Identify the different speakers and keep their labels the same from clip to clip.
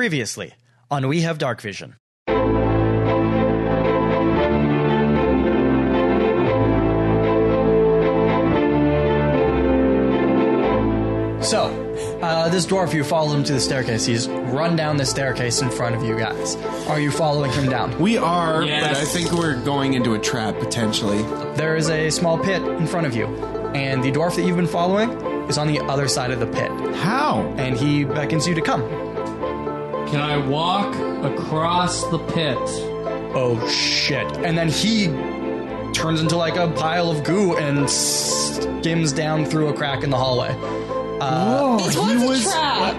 Speaker 1: Previously on We Have Dark Vision. So, uh, this dwarf, you follow him to the staircase. He's run down the staircase in front of you guys. Are you following him down?
Speaker 2: We are, but
Speaker 3: Yes.
Speaker 2: I think we're going into a trap potentially.
Speaker 1: There is a small pit in front of you, and the dwarf that you've been following is on the other side of the pit,
Speaker 2: How?
Speaker 1: and he beckons you to come.
Speaker 3: Can I walk across the pit?
Speaker 1: Oh shit. And then he turns into like a pile of goo and skims down through a crack in the hallway.
Speaker 2: Oh,
Speaker 4: This was, a trap.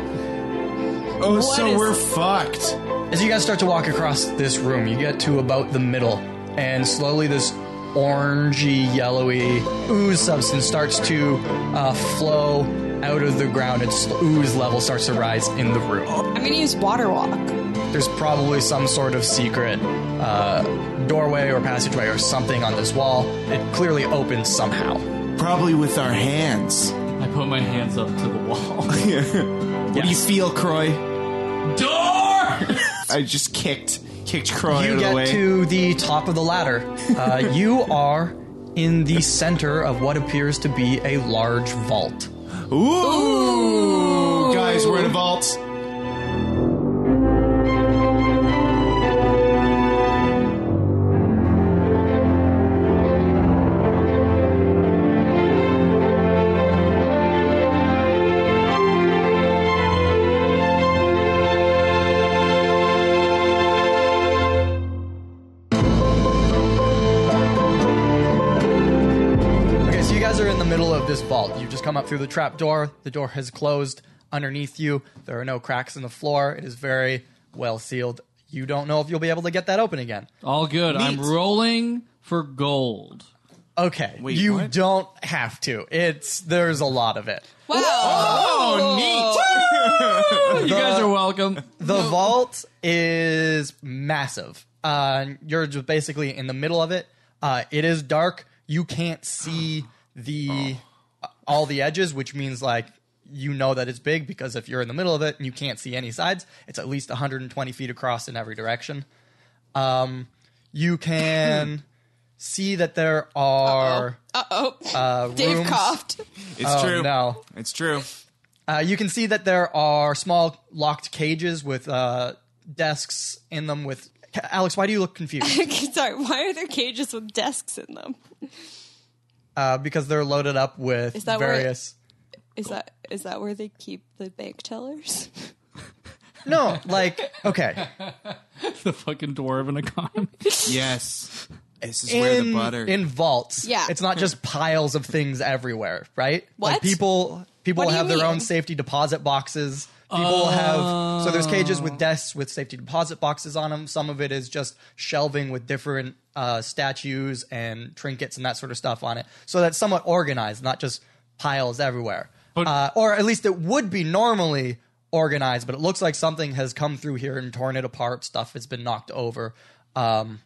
Speaker 2: Oh, so
Speaker 4: is-
Speaker 2: we're fucked.
Speaker 1: As you guys start to walk across this room, you get to about the middle, and slowly this orangey, yellowy ooze substance starts to uh, flow out of the ground. Its ooze level starts to rise in the room.
Speaker 4: I'm gonna use water walk.
Speaker 1: There's probably some sort of secret uh, doorway or passageway or something on this wall. It clearly opens somehow.
Speaker 2: Probably with our hands.
Speaker 3: I put my hands up to the wall.
Speaker 2: What do you feel, Croy?
Speaker 3: Door!
Speaker 2: I just kicked, kicked Croy out
Speaker 1: You
Speaker 2: of the
Speaker 1: get
Speaker 2: way.
Speaker 1: to the top of the ladder. Uh, you are in the center of what appears to be a large vault.
Speaker 2: Ooh. guys, we're in a vault.
Speaker 1: Okay, so you guys are in the middle of this vault. You just come up through the trap door. The door has closed underneath you. There are no cracks in the floor. It is very well sealed. You don't know if you'll be able to get that open again.
Speaker 3: All good. I'm rolling for gold.
Speaker 1: Okay,
Speaker 2: Wait,
Speaker 1: you
Speaker 2: what?
Speaker 1: don't have to. It's there's a lot of it.
Speaker 4: Wow.
Speaker 2: Oh, neat.
Speaker 3: You guys are welcome.
Speaker 1: The vault is massive. Uh, you're just basically in the middle of it. Uh, it is dark. You can't see the uh, all the edges, which means like you know that it's big because if you're in the middle of it and you can't see any sides, it's at least 120 feet across in every direction. Um, you can see that there are
Speaker 4: Uh oh.
Speaker 1: uh,
Speaker 4: Dave
Speaker 1: rooms.
Speaker 4: coughed.
Speaker 2: It's
Speaker 1: Oh,
Speaker 2: true.
Speaker 1: no.
Speaker 2: It's true.
Speaker 1: Uh, you can see that there are small locked cages with uh, desks in them. With Alex, why do you look confused?
Speaker 4: Sorry. Why are there cages with desks in them?
Speaker 1: uh, because they're loaded up with
Speaker 4: that where-
Speaker 1: various.
Speaker 4: Is that is that where they keep the bank tellers?
Speaker 1: No, like okay,
Speaker 3: The fucking dwarven economy.
Speaker 2: Yes. This is where the
Speaker 1: in
Speaker 2: butter.
Speaker 1: in vaults.
Speaker 4: Yeah.
Speaker 1: it's not just piles of things everywhere, right? Like
Speaker 4: What?
Speaker 1: people people
Speaker 4: What
Speaker 1: will
Speaker 4: do you
Speaker 1: have their own
Speaker 4: mean?
Speaker 1: safety deposit boxes. People will have so there's cages
Speaker 2: Oh.
Speaker 1: with desks with safety deposit boxes on them. Some of it is just shelving with different uh, statues and trinkets and that sort of stuff on it. So that's somewhat organized, not just piles everywhere.
Speaker 3: But-
Speaker 1: uh, or at least it would be normally organized, but it looks like something has come through here and torn it apart. Stuff has been knocked over. Um,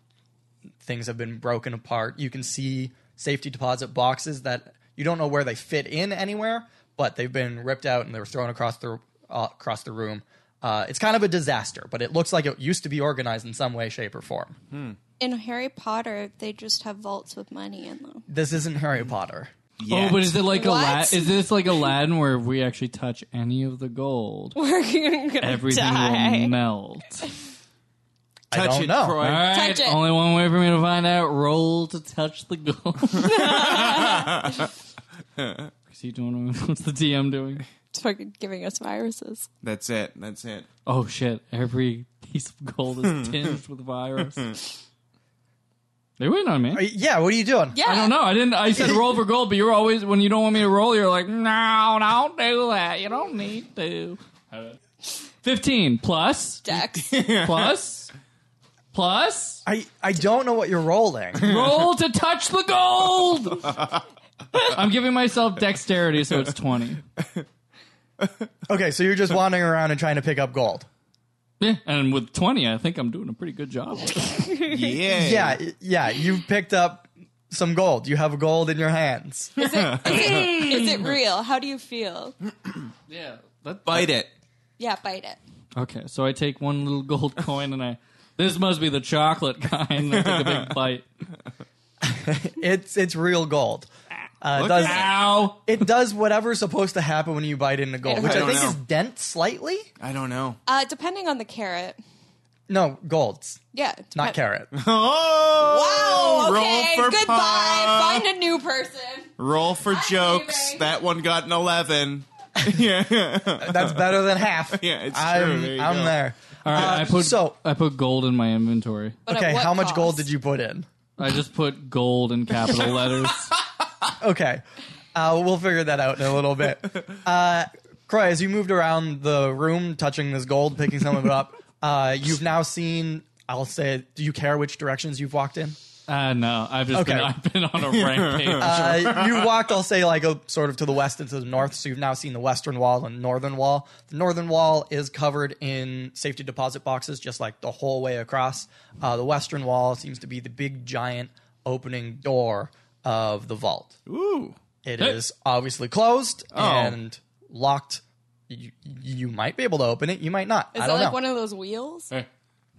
Speaker 1: things have been broken apart. You can see safety deposit boxes that you don't know where they fit in anywhere, but they've been ripped out and they were thrown across the uh, across the room. Uh, it's kind of a disaster, but it looks like it used to be organized in some way, shape, or form.
Speaker 4: In Harry Potter, they just have vaults with money in them.
Speaker 1: This isn't Harry Potter.
Speaker 3: Oh, but is it like a
Speaker 4: What?
Speaker 3: Is this like Aladdin where if we actually touch any of the gold,
Speaker 4: We're gonna
Speaker 3: everything
Speaker 4: die.
Speaker 3: will melt?
Speaker 1: I
Speaker 2: Touch
Speaker 1: don't
Speaker 2: it,
Speaker 1: know.
Speaker 2: Croy.
Speaker 3: All right,
Speaker 4: Touch it.
Speaker 3: only one way for me to find out. Roll to touch the gold. Is he doing? What's the DM doing?
Speaker 4: It's fucking giving us viruses.
Speaker 2: That's it. That's it.
Speaker 3: Oh shit! Every piece of gold
Speaker 1: Hmm.
Speaker 3: is tinged with virus. they win on me.
Speaker 1: Uh, Yeah, what Hmm. are you doing?
Speaker 4: Yeah.
Speaker 3: I don't know. I didn't. I said roll for gold, but you're always when you don't want me to roll, you're like, no, don't do that. You don't need to. Fifteen plus
Speaker 4: Dex.
Speaker 3: plus plus
Speaker 1: I, I don't know what you're rolling.
Speaker 3: roll to touch the gold. I'm giving myself dexterity, so it's twenty.
Speaker 1: okay, so you're just wandering around and trying to pick up gold.
Speaker 3: Yeah, and with twenty, I think I'm doing a pretty good job.
Speaker 2: Yeah.
Speaker 1: Yeah, y- yeah, you've picked up some gold. You have gold in your hands.
Speaker 4: Is it real? How do you feel?
Speaker 3: yeah, that,
Speaker 2: Bite it.
Speaker 4: Yeah, bite it.
Speaker 3: Okay, so I take one little gold coin and I. This must be the chocolate kind. I take a big bite.
Speaker 1: It's it's real gold. Uh, it
Speaker 2: Look
Speaker 1: does
Speaker 2: at
Speaker 3: Ow!
Speaker 1: it does whatever's supposed to happen when you bite into gold,
Speaker 4: I
Speaker 1: which I,
Speaker 2: don't
Speaker 1: think
Speaker 2: know.
Speaker 1: is dent slightly.
Speaker 2: I don't know.
Speaker 4: Uh, depending on the carrot.
Speaker 1: No, golds,
Speaker 4: Yeah.
Speaker 1: not
Speaker 4: depen-
Speaker 1: carrot.
Speaker 2: Oh,
Speaker 4: Wow. Okay.
Speaker 2: roll for
Speaker 4: Goodbye.
Speaker 2: pie.
Speaker 4: Find a new person.
Speaker 2: Roll for jokes.
Speaker 4: leaving.
Speaker 2: That one got an eleven. yeah.
Speaker 1: That's better than half.
Speaker 2: Yeah, it's true.
Speaker 1: I'm,
Speaker 2: There you
Speaker 1: I'm
Speaker 2: go.
Speaker 1: there.
Speaker 3: All right, I put
Speaker 1: Uh, so-
Speaker 3: I put gold in my inventory.
Speaker 4: But at
Speaker 1: Okay,
Speaker 4: what
Speaker 1: how much
Speaker 4: cost?
Speaker 1: gold did you put in?
Speaker 3: I just put gold in capital letters.
Speaker 1: Okay, uh, we'll figure that out in a little bit. Uh, Croy, as you moved around the room, touching this gold, picking some of it up, uh, you've now seen. I'll say, do you care which directions you've walked in?
Speaker 3: Uh, no, I've just been
Speaker 1: Okay.
Speaker 3: I've been on a rampage.
Speaker 1: Uh, you walked, I'll say, like a, sort of to the west and to the north. So you've now seen the western wall and northern wall. The northern wall is covered in safety deposit boxes, just like the whole way across. Uh, the western wall seems to be the big giant opening door of the vault.
Speaker 2: Ooh.
Speaker 1: It is obviously closed and locked. You, you might be able to open it. You might not.
Speaker 4: Is
Speaker 1: I
Speaker 4: it
Speaker 1: don't
Speaker 4: like
Speaker 1: know.
Speaker 4: one of those wheels?
Speaker 3: Hey,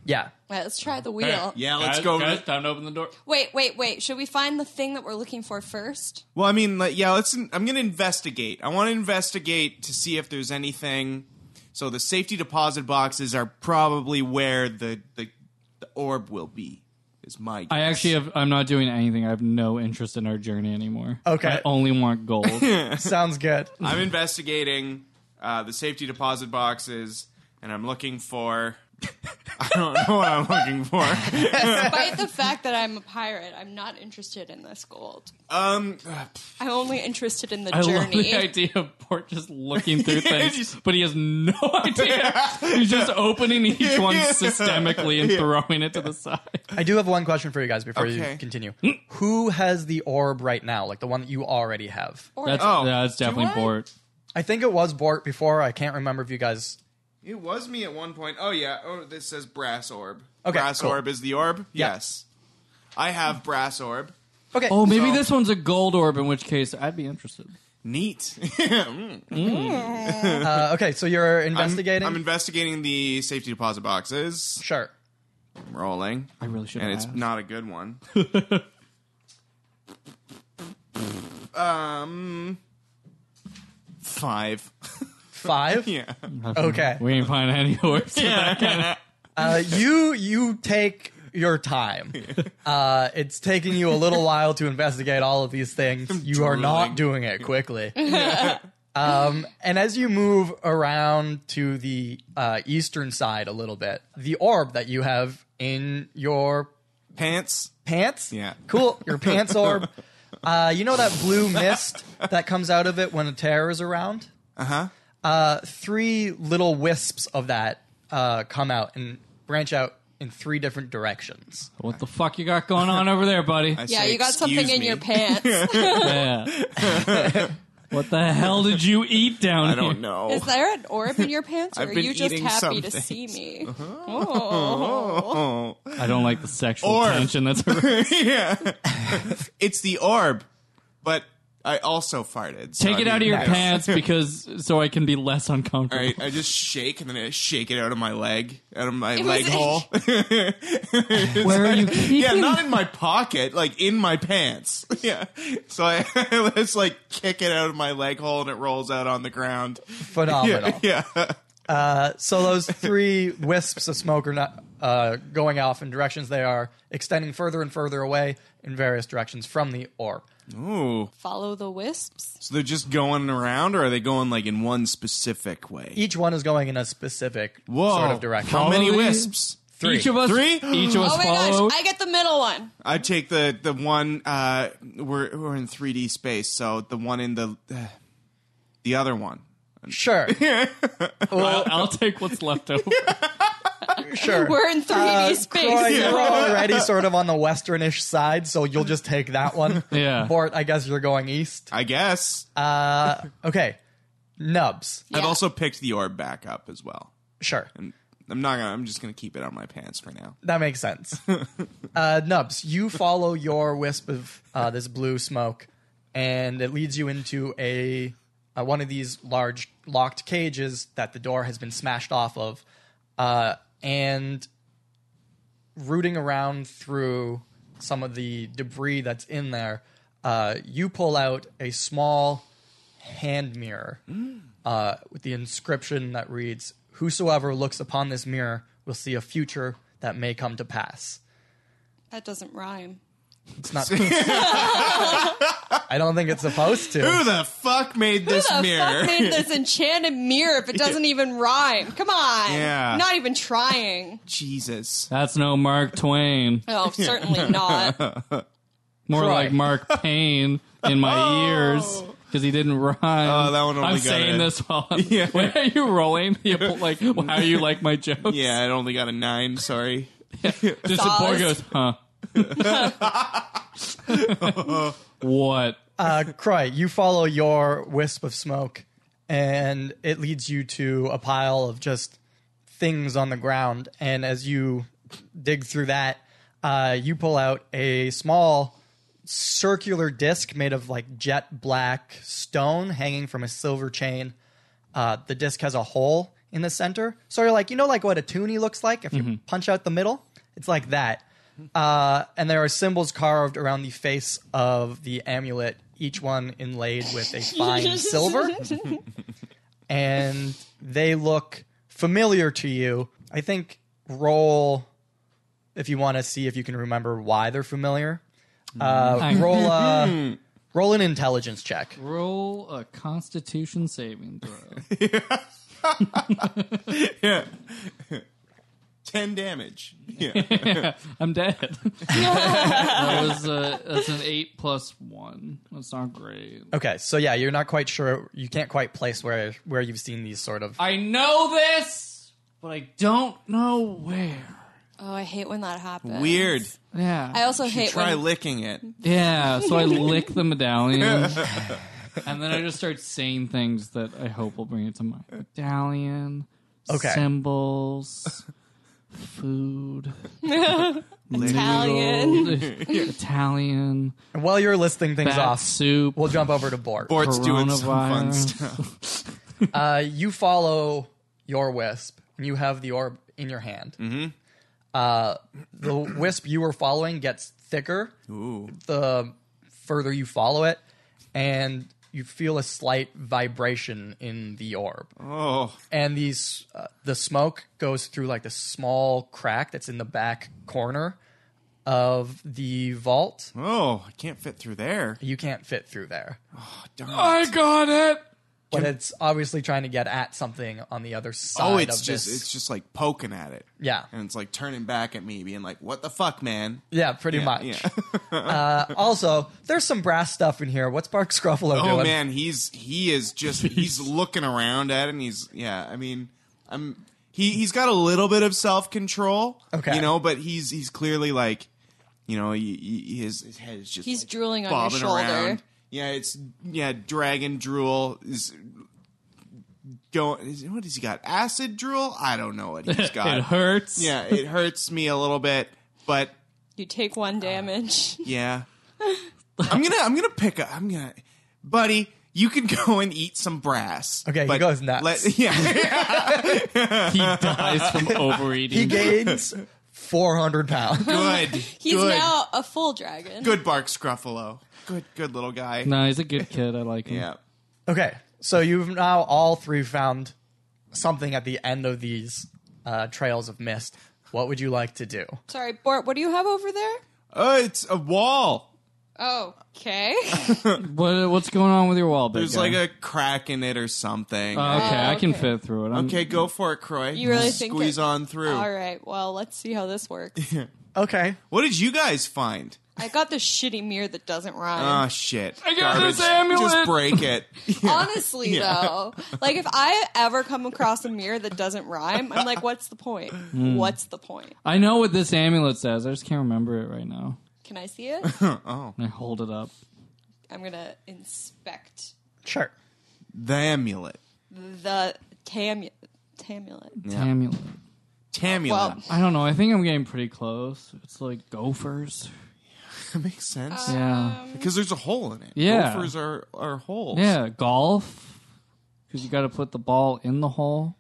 Speaker 1: yeah.
Speaker 4: Right, let's try the wheel.
Speaker 2: Yeah, let's
Speaker 3: guys,
Speaker 2: go.
Speaker 3: Guys, time to open the door.
Speaker 4: Wait, wait, wait. Should we find the thing that we're looking for first?
Speaker 2: Well, I mean, like, yeah, let's. I'm going to investigate. I want to investigate to see if there's anything. So the safety deposit boxes are probably where the the, the orb will be. Is my guess.
Speaker 3: I actually have. I'm not doing anything. I have no interest in our journey anymore.
Speaker 1: Okay.
Speaker 3: I only want gold.
Speaker 1: Sounds good.
Speaker 2: I'm investigating uh, the safety deposit boxes, and I'm looking for. I don't know what I'm looking for.
Speaker 4: Despite the fact that I'm a pirate, I'm not interested in this gold.
Speaker 2: Um,
Speaker 4: I'm only interested in the
Speaker 3: I love
Speaker 4: journey.
Speaker 3: the idea of Port just looking through
Speaker 2: Yeah,
Speaker 3: things,
Speaker 2: just-
Speaker 3: but he has no idea. He's just opening each one systemically and throwing it to the side.
Speaker 1: I do have one question for you guys before you
Speaker 2: Okay.
Speaker 1: continue. Who has the orb right now? Like the one that you already have?
Speaker 4: Or-
Speaker 3: That's
Speaker 2: Oh,
Speaker 3: that's
Speaker 2: do
Speaker 3: definitely
Speaker 2: I?
Speaker 3: Port.
Speaker 1: I think it was Bort before. I can't remember if you guys.
Speaker 2: it was me at one point. Oh yeah. Oh, this says brass orb.
Speaker 1: Okay,
Speaker 2: brass
Speaker 1: cool.
Speaker 2: orb is the orb.
Speaker 1: Yeah.
Speaker 2: Yes, I have brass orb.
Speaker 1: Okay.
Speaker 3: Oh, maybe
Speaker 2: So-
Speaker 3: this one's a gold orb. In which case, I'd be interested.
Speaker 2: Neat.
Speaker 1: Uh, okay. So you're
Speaker 2: I'm-
Speaker 1: investigating.
Speaker 2: Hmm. I'm, investigating the safety deposit boxes.
Speaker 1: sure.
Speaker 2: I'm rolling,
Speaker 3: I really should.
Speaker 2: and
Speaker 3: have
Speaker 2: it's
Speaker 3: asked.
Speaker 2: not a good one. um, five.
Speaker 1: Five.
Speaker 2: yeah.
Speaker 1: Okay.
Speaker 3: We ain't finding any orbs.
Speaker 1: Uh, you you take your time. Uh, it's taking you a little while to investigate all of these things. You are not doing it quickly. Um, and as you move around to the uh, eastern side a little bit, the orb that you have in your
Speaker 2: Pants.
Speaker 1: pants.
Speaker 2: Yeah.
Speaker 1: Cool. Your pants orb. Uh, you know that blue mist that comes out of it when a terror is around?
Speaker 2: Uh-huh.
Speaker 1: Uh huh. Three little wisps of that uh, come out and branch out in three different directions.
Speaker 3: what the fuck you got going on over there, buddy?
Speaker 2: I
Speaker 4: yeah,
Speaker 2: say,
Speaker 4: you got something
Speaker 2: "Excuse
Speaker 4: in your
Speaker 2: me."
Speaker 4: pants. Is
Speaker 3: Yeah. what the hell did you eat down
Speaker 2: I
Speaker 3: here?
Speaker 2: don't know.
Speaker 4: there an orb in your pants, or
Speaker 2: I've
Speaker 4: are
Speaker 2: been
Speaker 4: you just
Speaker 2: eating
Speaker 4: happy to
Speaker 2: something.
Speaker 4: see me? Oh.
Speaker 2: oh.
Speaker 3: I don't like the sexual
Speaker 2: Orb.
Speaker 3: tension that's around.
Speaker 2: yeah. it's the orb, but I also farted. so
Speaker 3: Take
Speaker 2: I
Speaker 3: it out of
Speaker 2: mean,
Speaker 3: your
Speaker 2: yes.
Speaker 3: pants because so I can be less
Speaker 2: All
Speaker 3: uncomfortable.
Speaker 2: right, I just shake and then I shake it out of my leg, out of my
Speaker 4: It
Speaker 2: leg
Speaker 4: was-
Speaker 2: hole.
Speaker 3: Where are you
Speaker 2: Yeah,
Speaker 3: keeping?
Speaker 2: not in my pocket, like in my pants. Yeah. So I just like kick it out of my leg hole and it rolls out on the ground.
Speaker 1: Phenomenal.
Speaker 2: Yeah.
Speaker 1: So those three wisps of smoke are not uh, going off in directions they are, extending further and further away in various directions from the orb.
Speaker 2: Ooh.
Speaker 4: Follow the wisps.
Speaker 2: So they're just going around or are they going like in one specific way?
Speaker 1: Each one is going in a specific
Speaker 2: Whoa.
Speaker 1: sort of direction.
Speaker 2: How many
Speaker 3: Probably-
Speaker 2: wisps?
Speaker 1: Three.
Speaker 3: Each of us,
Speaker 2: Three?
Speaker 3: each of us
Speaker 4: Oh my
Speaker 3: follow.
Speaker 4: gosh, I get the middle one.
Speaker 2: I take the the one uh we're we're in 3D space, so the one in the uh, the other one.
Speaker 1: Sure.
Speaker 3: I'll, I'll take what's left over.
Speaker 1: Sure.
Speaker 4: We're in 3D space.
Speaker 1: Troy, you're already sort of on the westernish side, so you'll just take that one.
Speaker 3: Yeah.
Speaker 1: Bort, I guess you're going east.
Speaker 2: I guess.
Speaker 1: Okay. Nubs.
Speaker 2: I've
Speaker 4: Uh, Yeah.
Speaker 2: also picked the orb back up as well.
Speaker 1: Sure.
Speaker 2: I'm not gonna I'm just gonna keep it on my pants for now.
Speaker 1: That makes sense. Uh, Nubs, you follow your wisp of uh, this blue smoke, and it leads you into a uh, one of these large locked cages that the door has been smashed off of. uh, and rooting around through some of the debris that's in there, uh, you pull out a small hand mirror uh, with the inscription that reads, "Whosoever looks upon this mirror will see a future that may come to pass."
Speaker 4: That doesn't rhyme.
Speaker 1: It's not. I don't think it's supposed to.
Speaker 2: Who the fuck made this
Speaker 4: Who the
Speaker 2: mirror?
Speaker 4: fuck made this enchanted mirror if it doesn't even rhyme? Come on.
Speaker 2: Yeah.
Speaker 4: Not even trying.
Speaker 2: Jesus.
Speaker 3: That's no Mark Twain.
Speaker 4: Oh, certainly not.
Speaker 3: More
Speaker 1: Right.
Speaker 3: like Mark Payne in my ears because he didn't rhyme.
Speaker 2: Oh, that one only
Speaker 3: I'm
Speaker 2: got
Speaker 3: saying
Speaker 2: a-
Speaker 3: this while I'm,
Speaker 2: Yeah.
Speaker 3: Wait, are you rolling? You pull- like how you like my jokes?
Speaker 2: Yeah, it only got a nine. Sorry.
Speaker 3: Just the boy
Speaker 4: Sauce.
Speaker 3: goes, huh? what?
Speaker 1: uh, Croy, you follow your wisp of smoke, and it leads you to a pile of just things on the ground. And as you dig through that, uh, you pull out a small circular disc made of like jet black stone hanging from a silver chain. Uh, the disc has a hole in the center, sort of like you know, like what a toonie looks like if you punch out the middle. It's like that. Uh, and there are symbols carved around the face of the amulet, each one inlaid with a fine silver. And they look familiar to you. I think roll if you want to see if you can remember why they're familiar. Uh, roll a, roll an intelligence check.
Speaker 3: Roll a Constitution saving throw.
Speaker 2: Yeah. Ten damage. Yeah.
Speaker 3: I'm dead. that was uh that's an eight plus one. That's not great.
Speaker 1: Okay, so yeah, you're not quite sure. You can't quite place where where you've seen these sort of.
Speaker 3: I know this, but I don't know where.
Speaker 4: Oh, I hate when that happens.
Speaker 2: Weird.
Speaker 3: Yeah.
Speaker 4: I also hate
Speaker 2: Try
Speaker 4: when
Speaker 2: licking it.
Speaker 3: Yeah, so I lick the medallion. and then I just start saying things that I hope will bring it to mind. Medallion,
Speaker 1: Okay.
Speaker 3: symbols, food,
Speaker 4: Italian.
Speaker 3: Italian,
Speaker 1: While you're listing things
Speaker 3: bat
Speaker 1: off,
Speaker 3: soup,
Speaker 1: we'll jump over to Bork.
Speaker 2: Bort's doing some fun
Speaker 3: Coronavirus.
Speaker 2: stuff.
Speaker 1: Uh, you follow your wisp, and you have the orb in your hand. Mm-hmm. Uh, the wisp you were following gets thicker
Speaker 2: Ooh.
Speaker 1: the further you follow it, and you feel a slight vibration in the orb.
Speaker 2: Oh.
Speaker 1: and these uh, the smoke goes through like the small crack that's in the back corner of the vault.
Speaker 2: Oh, I can't fit through there.
Speaker 1: You can't fit through there,
Speaker 2: Darn.
Speaker 3: I got it.
Speaker 1: but it's obviously trying to get at something on the other side.
Speaker 2: Oh, it's
Speaker 1: of
Speaker 2: just
Speaker 1: this.
Speaker 2: it's just like poking at it.
Speaker 1: yeah,
Speaker 2: And it's like turning back at me, being like, What the fuck, man?
Speaker 1: yeah, pretty much.
Speaker 2: Yeah.
Speaker 1: uh, also, there's some brass stuff in here. What's Bark Scruffalo
Speaker 2: Oh
Speaker 1: doing?
Speaker 2: man, he's he is just he's looking around at it and he's yeah, I mean, I'm he he's got a little bit of self-control,
Speaker 1: Okay.
Speaker 2: you know, but he's he's clearly like, you know, he, he, his his head is just
Speaker 4: He's
Speaker 2: like,
Speaker 4: drooling on your
Speaker 2: bobbing
Speaker 4: shoulder.
Speaker 2: around. Yeah, it's yeah, dragon drool is going is, what has he got? Acid drool? I don't know what he's
Speaker 3: It
Speaker 2: got.
Speaker 3: hurts.
Speaker 2: yeah, it hurts me a little bit, but
Speaker 4: You take
Speaker 2: Uh,
Speaker 4: one damage.
Speaker 2: yeah. I'm gonna I'm gonna pick up I'm gonna buddy, you can go and eat some brass.
Speaker 1: Okay, he
Speaker 2: but
Speaker 1: goes nuts.
Speaker 2: yeah.
Speaker 3: He dies from overeating.
Speaker 1: He gains 400 pounds.
Speaker 2: good.
Speaker 4: He's
Speaker 2: good.
Speaker 4: now a full dragon.
Speaker 2: good bark Scruffalo. Good good little guy.
Speaker 3: no, he's a good kid. I like him.
Speaker 2: Yeah.
Speaker 1: Okay, so you've now all three found something at the end of these uh, trails of mist. What would you like to do?
Speaker 4: Sorry, Bort, what do you have over there?
Speaker 2: Oh, it's a wall.
Speaker 4: Oh, okay.
Speaker 3: What, what's going on with your wall, big
Speaker 2: There's
Speaker 3: guy?
Speaker 2: like a crack in it or something.
Speaker 1: Um,
Speaker 3: Oh, okay, I can
Speaker 4: okay.
Speaker 3: fit through it. I'm,
Speaker 2: okay, go for it, Croy.
Speaker 4: You really think
Speaker 2: squeeze
Speaker 4: it-
Speaker 2: on through.
Speaker 4: All right, well, let's see how this works.
Speaker 1: Okay.
Speaker 2: What did you guys find?
Speaker 4: I got this shitty mirror that doesn't rhyme.
Speaker 2: Oh shit.
Speaker 3: I got
Speaker 2: Garbage.
Speaker 3: this amulet.
Speaker 2: Just break it.
Speaker 4: Honestly, though, like if I ever come across a mirror that doesn't rhyme, I'm like, what's the point? What's the point?
Speaker 3: I know what this amulet says. I just can't remember it right now.
Speaker 4: Can I see it?
Speaker 3: And I hold it up.
Speaker 4: I'm gonna inspect
Speaker 1: Sure.
Speaker 2: the amulet.
Speaker 4: the tamu- tamulet.
Speaker 2: Yeah.
Speaker 3: Amulet.
Speaker 2: Tamulet.
Speaker 4: Well,
Speaker 3: I don't know. I think I'm getting pretty close. It's like gophers.
Speaker 2: that makes sense.
Speaker 3: Yeah.
Speaker 2: Because there's a hole in it.
Speaker 3: Yeah.
Speaker 2: Gophers are, are holes.
Speaker 3: yeah, golf. Because you got to put the ball in the hole.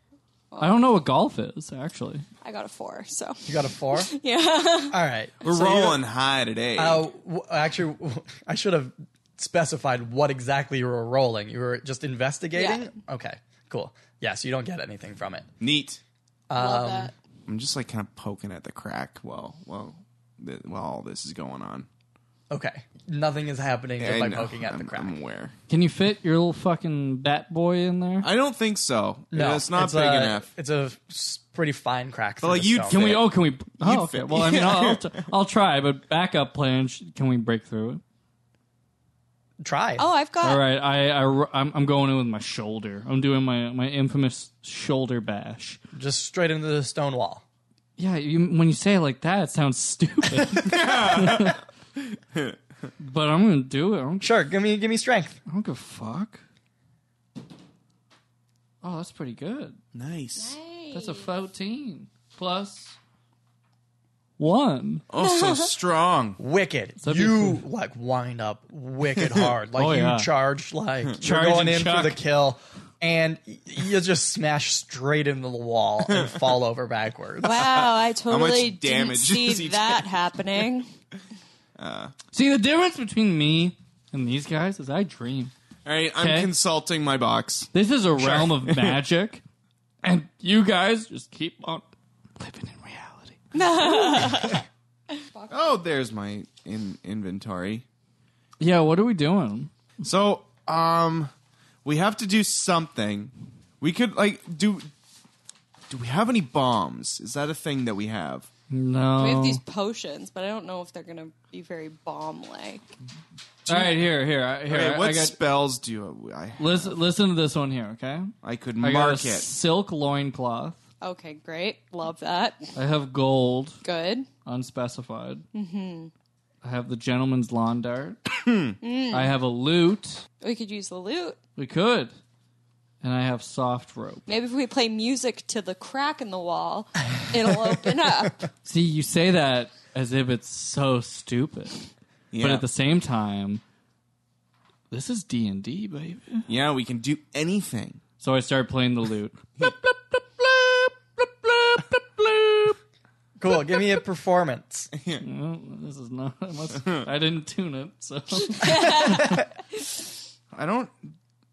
Speaker 3: I don't know what golf is actually.
Speaker 4: I got a four, so
Speaker 1: You got a four?
Speaker 4: yeah.
Speaker 1: All right.
Speaker 2: We're rolling high today.
Speaker 1: Uh, w- actually, w- I should have specified what exactly you were rolling. You were just investigating? Okay, cool. Yeah, so you don't get anything from it.
Speaker 2: Neat.
Speaker 4: Love that.
Speaker 2: I'm just like kind of poking at the crack while while th- while all this is going on.
Speaker 1: Okay. Nothing is happening just
Speaker 2: I
Speaker 1: by
Speaker 2: know.
Speaker 1: poking at the
Speaker 2: I'm-
Speaker 1: crack.
Speaker 2: I'm aware.
Speaker 3: Can you fit your little fucking bat boy in there?
Speaker 2: I don't think so.
Speaker 1: no,
Speaker 2: it's not big
Speaker 1: a,
Speaker 2: enough.
Speaker 1: It's uh, a s- pretty fine crack. through
Speaker 2: like,
Speaker 1: the
Speaker 2: you'd
Speaker 1: stone.
Speaker 3: Can we?
Speaker 2: fit.
Speaker 3: Oh, can we?
Speaker 2: You'd
Speaker 3: Oh, okay.
Speaker 2: fit.
Speaker 3: Well, I mean,
Speaker 2: Yeah.
Speaker 3: I'll, I'll, t- I'll try, but backup plan. sh- Can we break through it?
Speaker 1: try?
Speaker 4: Oh, I've got.
Speaker 3: All right, I, I am I'm going in with my shoulder. I'm doing my my infamous shoulder bash.
Speaker 1: Just straight into the stone wall.
Speaker 3: Yeah, you, when you say it like that, it sounds stupid. but I'm gonna do it. I don't,
Speaker 1: Sure, give me give me strength.
Speaker 3: I don't give a fuck. Oh, that's pretty good.
Speaker 2: Nice.
Speaker 3: That's a 14 plus one.
Speaker 2: Oh, so strong.
Speaker 1: Wicked.
Speaker 3: that'd be
Speaker 1: you like wind up wicked hard. Like
Speaker 3: Oh,
Speaker 1: you
Speaker 3: yeah.
Speaker 1: charge like you're
Speaker 3: Charge
Speaker 1: going
Speaker 3: and
Speaker 1: in
Speaker 3: chuck.
Speaker 1: for the kill and y- you just smash straight into the wall and fall over backwards.
Speaker 4: Wow, I totally didn't
Speaker 2: damage is
Speaker 4: see
Speaker 2: he
Speaker 4: that happening.
Speaker 3: See the difference between me and these guys is I dream.
Speaker 2: All right, I'm
Speaker 3: Okay.
Speaker 2: consulting my box.
Speaker 3: This is a realm of magic, and you guys just keep on living in reality.
Speaker 2: Oh, there's my in inventory.
Speaker 3: Yeah, what are we doing?
Speaker 2: So, um, we have to do something. We could like do. Do we have any bombs? Is that a thing that we have?
Speaker 3: No.
Speaker 4: We have these potions, but I don't know if they're gonna be very bomb like.
Speaker 3: All right, here, here, I- here.
Speaker 2: Okay,
Speaker 3: I-
Speaker 2: what
Speaker 3: I got,
Speaker 2: spells do I?
Speaker 3: listen, listen to this one here, okay?
Speaker 2: I could
Speaker 3: I
Speaker 2: mark
Speaker 3: got a
Speaker 2: it.
Speaker 3: silk loincloth.
Speaker 4: Okay, great, love that.
Speaker 3: I have gold,
Speaker 4: Good.
Speaker 3: unspecified. Mm-hmm. I have the gentleman's lawn dart.
Speaker 2: Mm.
Speaker 3: I have a lute.
Speaker 4: We could use the loot.
Speaker 3: We could. And I have soft rope.
Speaker 4: Maybe if we play music to the crack in the wall, it'll open up.
Speaker 3: See, you say that as if it's so stupid, but
Speaker 2: Yeah.
Speaker 3: at the same time, this is D and D, baby.
Speaker 2: yeah, we can do anything.
Speaker 3: So I started playing the lute. Bloop, bloop, bloop, bloop, bloop, bloop, bloop, bloop.
Speaker 1: Cool, give me a performance.
Speaker 3: Well, this is not. I, must, I didn't tune it, so
Speaker 2: I don't.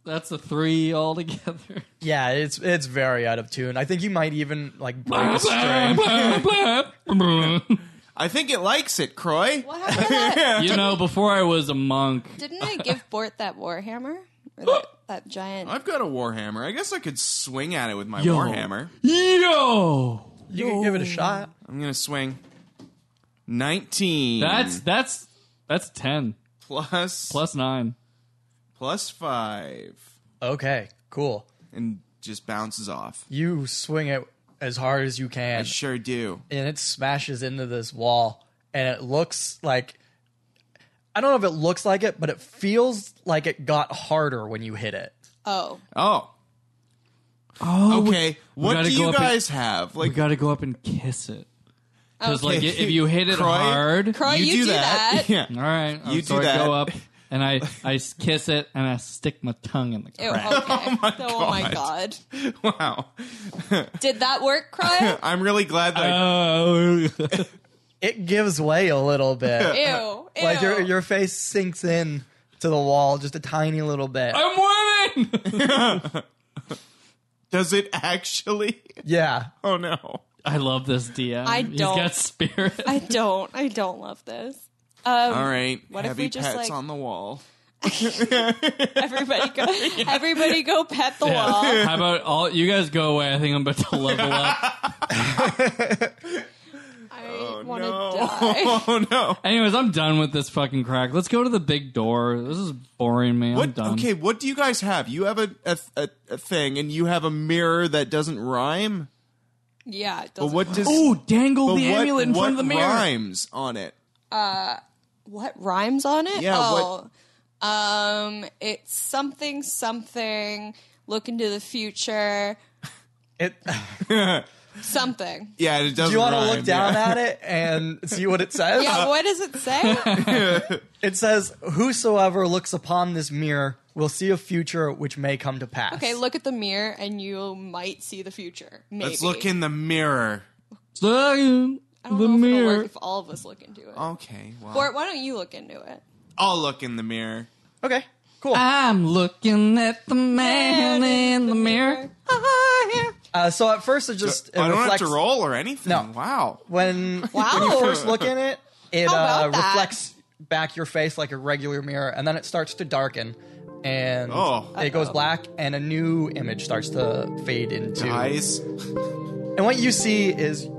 Speaker 3: that's a three altogether.
Speaker 1: Yeah, it's it's very out of tune. I think you might even like break a string.
Speaker 3: you
Speaker 2: I think it likes it, Croy.
Speaker 4: What happened to that?
Speaker 3: know, before I was a monk.
Speaker 4: Didn't I give Bort that warhammer? Or that, that giant.
Speaker 2: I've got a warhammer. I guess I could swing at it with my
Speaker 3: Yo.
Speaker 2: warhammer.
Speaker 3: Yo,
Speaker 1: You can give it a shot.
Speaker 2: I'm gonna swing. Nineteen.
Speaker 3: that's that's that's ten
Speaker 2: plus
Speaker 3: plus nine.
Speaker 2: plus five,
Speaker 1: Okay, cool.
Speaker 2: and just bounces off.
Speaker 1: You swing it as hard as you can
Speaker 2: I sure do.
Speaker 1: and it smashes into this wall and it looks like I don't know if it looks like it, but it feels like it got harder when you hit it.
Speaker 4: Oh,
Speaker 2: Oh,
Speaker 3: Oh,
Speaker 2: okay. What
Speaker 3: gotta
Speaker 2: do
Speaker 3: go
Speaker 2: you
Speaker 3: up and-
Speaker 2: guys have?
Speaker 3: We
Speaker 2: Like,
Speaker 3: got to go up and kiss it. Because
Speaker 4: Okay.
Speaker 3: like if you hit it
Speaker 2: Croy?
Speaker 3: hard,
Speaker 4: Croy, you, do that.
Speaker 2: Yeah.
Speaker 3: all right.
Speaker 2: You
Speaker 3: so
Speaker 2: do
Speaker 3: I
Speaker 2: that.
Speaker 3: go up and I I s- kiss it and I stick my tongue in the
Speaker 4: Ew,
Speaker 3: crack.
Speaker 4: okay. Oh my,
Speaker 2: God.
Speaker 4: god.
Speaker 2: Wow.
Speaker 4: Did that work, Cryo?
Speaker 2: I'm really glad that. I-
Speaker 3: Oh.
Speaker 1: It gives way a little bit.
Speaker 4: Ew. Ew.
Speaker 1: like your your face sinks in to the wall just a tiny little bit.
Speaker 4: Oh.
Speaker 3: I'm winning.
Speaker 2: does it actually?
Speaker 1: Yeah.
Speaker 2: Oh no.
Speaker 3: I love this DM.
Speaker 4: I
Speaker 3: He's
Speaker 4: don't.
Speaker 3: got spirit.
Speaker 4: I don't. I don't love this. Um,
Speaker 2: All right.
Speaker 4: What if
Speaker 2: Heavy
Speaker 4: we just,
Speaker 2: pets
Speaker 4: like-
Speaker 2: on the wall.
Speaker 4: Everybody go. Everybody go pet the
Speaker 3: Yeah.
Speaker 4: wall.
Speaker 3: How about all you guys go away? I think I'm about to level up.
Speaker 4: I want to die.
Speaker 2: Oh no.
Speaker 3: Anyways, I'm done with this fucking crack. Let's go to the big door. This is boring, man. I'm
Speaker 2: What?
Speaker 3: done.
Speaker 2: Okay. What do you guys have? You have a a, a a thing, and you have a mirror that doesn't rhyme.
Speaker 4: Yeah. It
Speaker 2: But
Speaker 4: doesn't
Speaker 2: what does?
Speaker 3: Ooh, dangle
Speaker 2: but
Speaker 3: the
Speaker 2: what,
Speaker 3: amulet in
Speaker 2: what
Speaker 3: front of the mirror.
Speaker 2: rhymes on it?
Speaker 4: what rhymes on it?
Speaker 2: Yeah,
Speaker 4: oh, um, it's something something. Look into the future.
Speaker 1: It
Speaker 4: Something.
Speaker 2: Yeah, it doesn't.
Speaker 1: Do you want to
Speaker 2: rhyme,
Speaker 1: look down
Speaker 2: yeah.
Speaker 1: at it and see what it says?
Speaker 2: Uh,
Speaker 4: Yeah, what does it say?
Speaker 1: It says, Whosoever looks upon this mirror will see a future which may come to pass.
Speaker 4: Okay, look at the mirror and you might see the future. Maybe.
Speaker 2: Let's look in the mirror.
Speaker 3: Look in
Speaker 4: I don't
Speaker 3: the
Speaker 4: know if it'll
Speaker 3: mirror.
Speaker 4: work if all of us look into
Speaker 2: Oh.
Speaker 4: it.
Speaker 2: Okay, well,
Speaker 4: Bort, why don't you look into it?
Speaker 2: I'll look in the mirror.
Speaker 1: Okay, cool.
Speaker 4: Uh,
Speaker 3: I'm looking at the man in the mirror.
Speaker 1: Uh, so at first, it just it
Speaker 2: I don't
Speaker 1: reflects
Speaker 2: have to roll or anything.
Speaker 1: No.
Speaker 2: Wow.
Speaker 1: when
Speaker 4: Wow.
Speaker 1: when you first look in it, it
Speaker 4: How
Speaker 1: uh,
Speaker 4: about that?
Speaker 1: reflects back your face like a regular mirror, and then it starts to darken, and
Speaker 2: Oh.
Speaker 1: it goes black, and a new image starts to fade into.
Speaker 2: Guys,
Speaker 1: And what you see is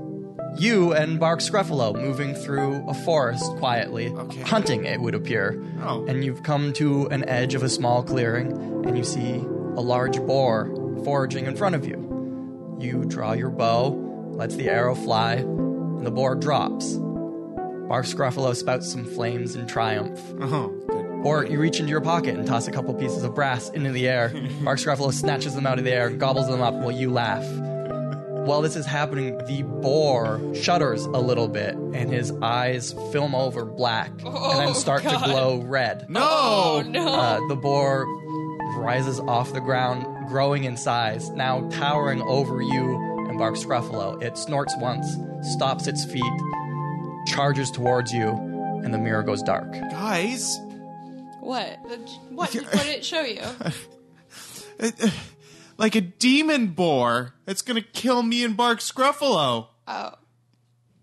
Speaker 1: you and Bark Scruffalo moving through a forest quietly,
Speaker 2: Okay.
Speaker 1: hunting, it would appear.
Speaker 2: Oh.
Speaker 1: And you've come to an edge of a small clearing, and you see a large boar foraging in front of you. You draw your bow, lets the arrow fly, and the boar drops. Bark Scruffalo spouts some flames in triumph.
Speaker 2: oh, good.
Speaker 1: Or you reach into your pocket and toss a couple pieces of brass into the air. Mark Scruffalo snatches them out of the air and gobbles them up while you laugh. While this is happening, the boar shudders a little bit and his eyes film over black and
Speaker 4: Oh,
Speaker 1: then start
Speaker 4: God.
Speaker 1: to glow red.
Speaker 2: No.
Speaker 4: Oh, no.
Speaker 1: Uh, the boar rises off the ground, growing in size, now towering over you and Bark Scruffalo. It snorts once, stops its feet, charges towards you, and the mirror goes dark.
Speaker 2: Guys,
Speaker 4: What? The, what, did- what did it show you?
Speaker 2: uh, like a demon boar that's gonna kill me and Bark Scruffalo.
Speaker 4: Oh.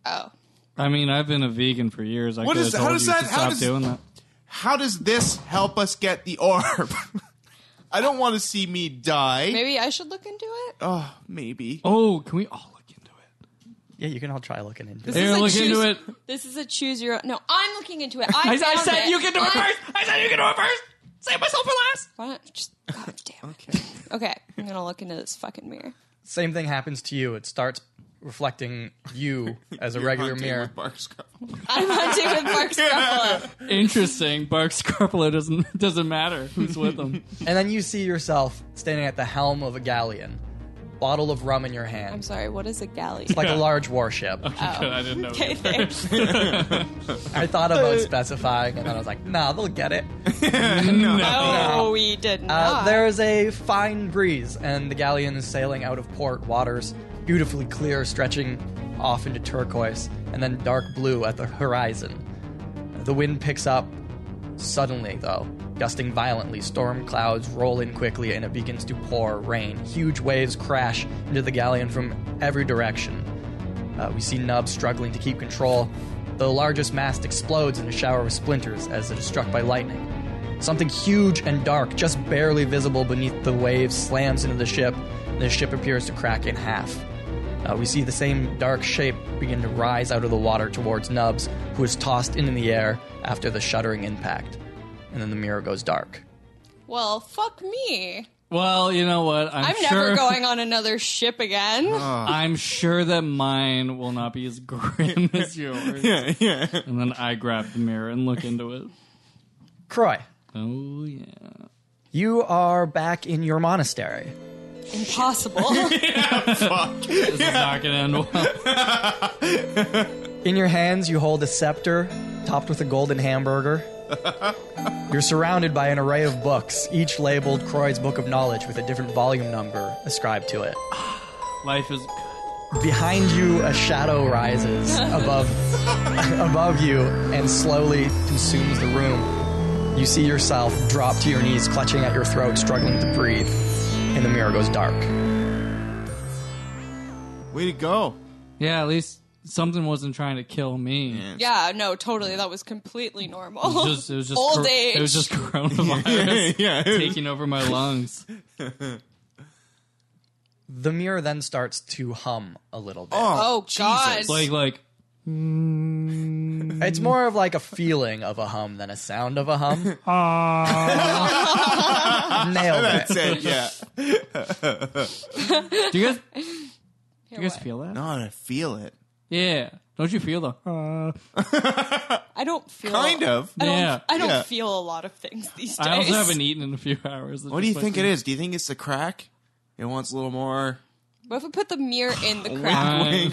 Speaker 4: Oh.
Speaker 3: I mean, I've been a vegan for years. I
Speaker 2: What
Speaker 3: could have
Speaker 2: is-
Speaker 3: told
Speaker 2: how does
Speaker 3: you
Speaker 2: that-
Speaker 3: to
Speaker 2: how
Speaker 3: stop
Speaker 2: does-
Speaker 3: doing that.
Speaker 2: How does this help us get the orb? I don't want to see me die.
Speaker 4: Maybe I should look into it?
Speaker 2: Oh, maybe.
Speaker 3: Oh, can we all look into it?
Speaker 1: Yeah, you can all try looking into it.
Speaker 4: This
Speaker 3: Here,
Speaker 4: is a
Speaker 3: look into it.
Speaker 4: choose- This is a choose your own. No, I'm looking into it. I,
Speaker 3: I, I
Speaker 4: found
Speaker 3: said
Speaker 4: it.
Speaker 3: you can do it
Speaker 4: I-
Speaker 3: first. I said you can do it first. Save myself for last.
Speaker 4: Why not just. God damn it. Okay. okay, I'm going to look into this fucking mirror.
Speaker 1: same thing happens to you. It starts reflecting you as a
Speaker 2: You're
Speaker 1: regular
Speaker 2: hunting
Speaker 1: mirror.
Speaker 2: with Bark Scruffalo.
Speaker 4: I'm hunting with Mark Scruffalo.
Speaker 3: Interesting. Bark Scarpolo doesn't doesn't matter who's with him.
Speaker 1: And then you see yourself standing at the helm of a galleon, bottle of rum in your
Speaker 4: I'm
Speaker 1: hand,
Speaker 4: sorry, what is a galley?
Speaker 1: like a large warship.
Speaker 4: Oh.
Speaker 3: I didn't know.
Speaker 4: okay, thanks.
Speaker 1: I thought about specifying, and then I was like, nah, they'll get it.
Speaker 4: No, we did
Speaker 1: Uh,
Speaker 4: not.
Speaker 1: There is a fine breeze, and the galleon is sailing out of port waters, beautifully clear, stretching off into turquoise and then dark blue at the horizon. The wind picks up suddenly, though, gusting violently. Storm clouds roll in quickly, and it begins to pour rain. Huge waves crash into the galleon from every direction. Uh, we see Nub struggling to keep control. The largest mast explodes in a shower of splinters as it is struck by lightning. Something huge and dark, just barely visible beneath the waves, slams into the ship, and the ship appears to crack in half. Uh, we see the same dark shape begin to rise out of the water towards Nubs, who is tossed into the air after the shuddering impact. And then the mirror goes dark.
Speaker 4: well, fuck me.
Speaker 3: Well, you know what? I'm,
Speaker 4: I'm
Speaker 3: sure. Oh.
Speaker 4: never going on another ship again.
Speaker 3: I'm sure that mine will not be as grim as yours.
Speaker 2: yeah, yeah.
Speaker 3: And then I grab the mirror and look into it.
Speaker 1: Croy,
Speaker 3: Oh yeah.
Speaker 1: you are back in your monastery.
Speaker 4: Impossible.
Speaker 3: This is not gonna end well.
Speaker 1: In your hands, you hold a scepter topped with a golden hamburger. You're surrounded by an array of books, each labeled Croy's Book of Knowledge with a different volume number ascribed to it.
Speaker 3: Life is
Speaker 1: Behind you, a shadow rises above above you and slowly consumes the room. You see yourself drop to your knees, clutching at your throat, struggling to breathe, and the mirror goes dark.
Speaker 2: Way to go.
Speaker 3: yeah. At least something wasn't trying to kill me.
Speaker 4: yeah, no, totally. That was completely normal.
Speaker 3: It was just, it was just
Speaker 4: old
Speaker 3: cor-
Speaker 4: age.
Speaker 3: It was just coronavirus
Speaker 2: Yeah.
Speaker 3: taking over my lungs.
Speaker 1: The mirror then starts to hum a little bit.
Speaker 4: oh God.
Speaker 3: Like like
Speaker 1: It's more of like a feeling of a hum than a sound of a hum. Nailed it.
Speaker 2: That's it, yeah.
Speaker 3: do you guys do
Speaker 4: Here,
Speaker 3: you guys
Speaker 4: what?
Speaker 3: feel that?
Speaker 2: No, I feel it.
Speaker 3: Yeah. Don't you feel the uh,
Speaker 4: I don't feel
Speaker 3: Oh.
Speaker 2: Kind of.
Speaker 4: I don't,
Speaker 3: Yeah.
Speaker 4: I don't
Speaker 2: Yeah.
Speaker 4: feel a lot of things these days.
Speaker 3: I also haven't eaten in a few hours.
Speaker 2: What do you think it is? Do you think it's the crack? It wants a little more
Speaker 3: e-
Speaker 4: What if we put the mirror in the crack?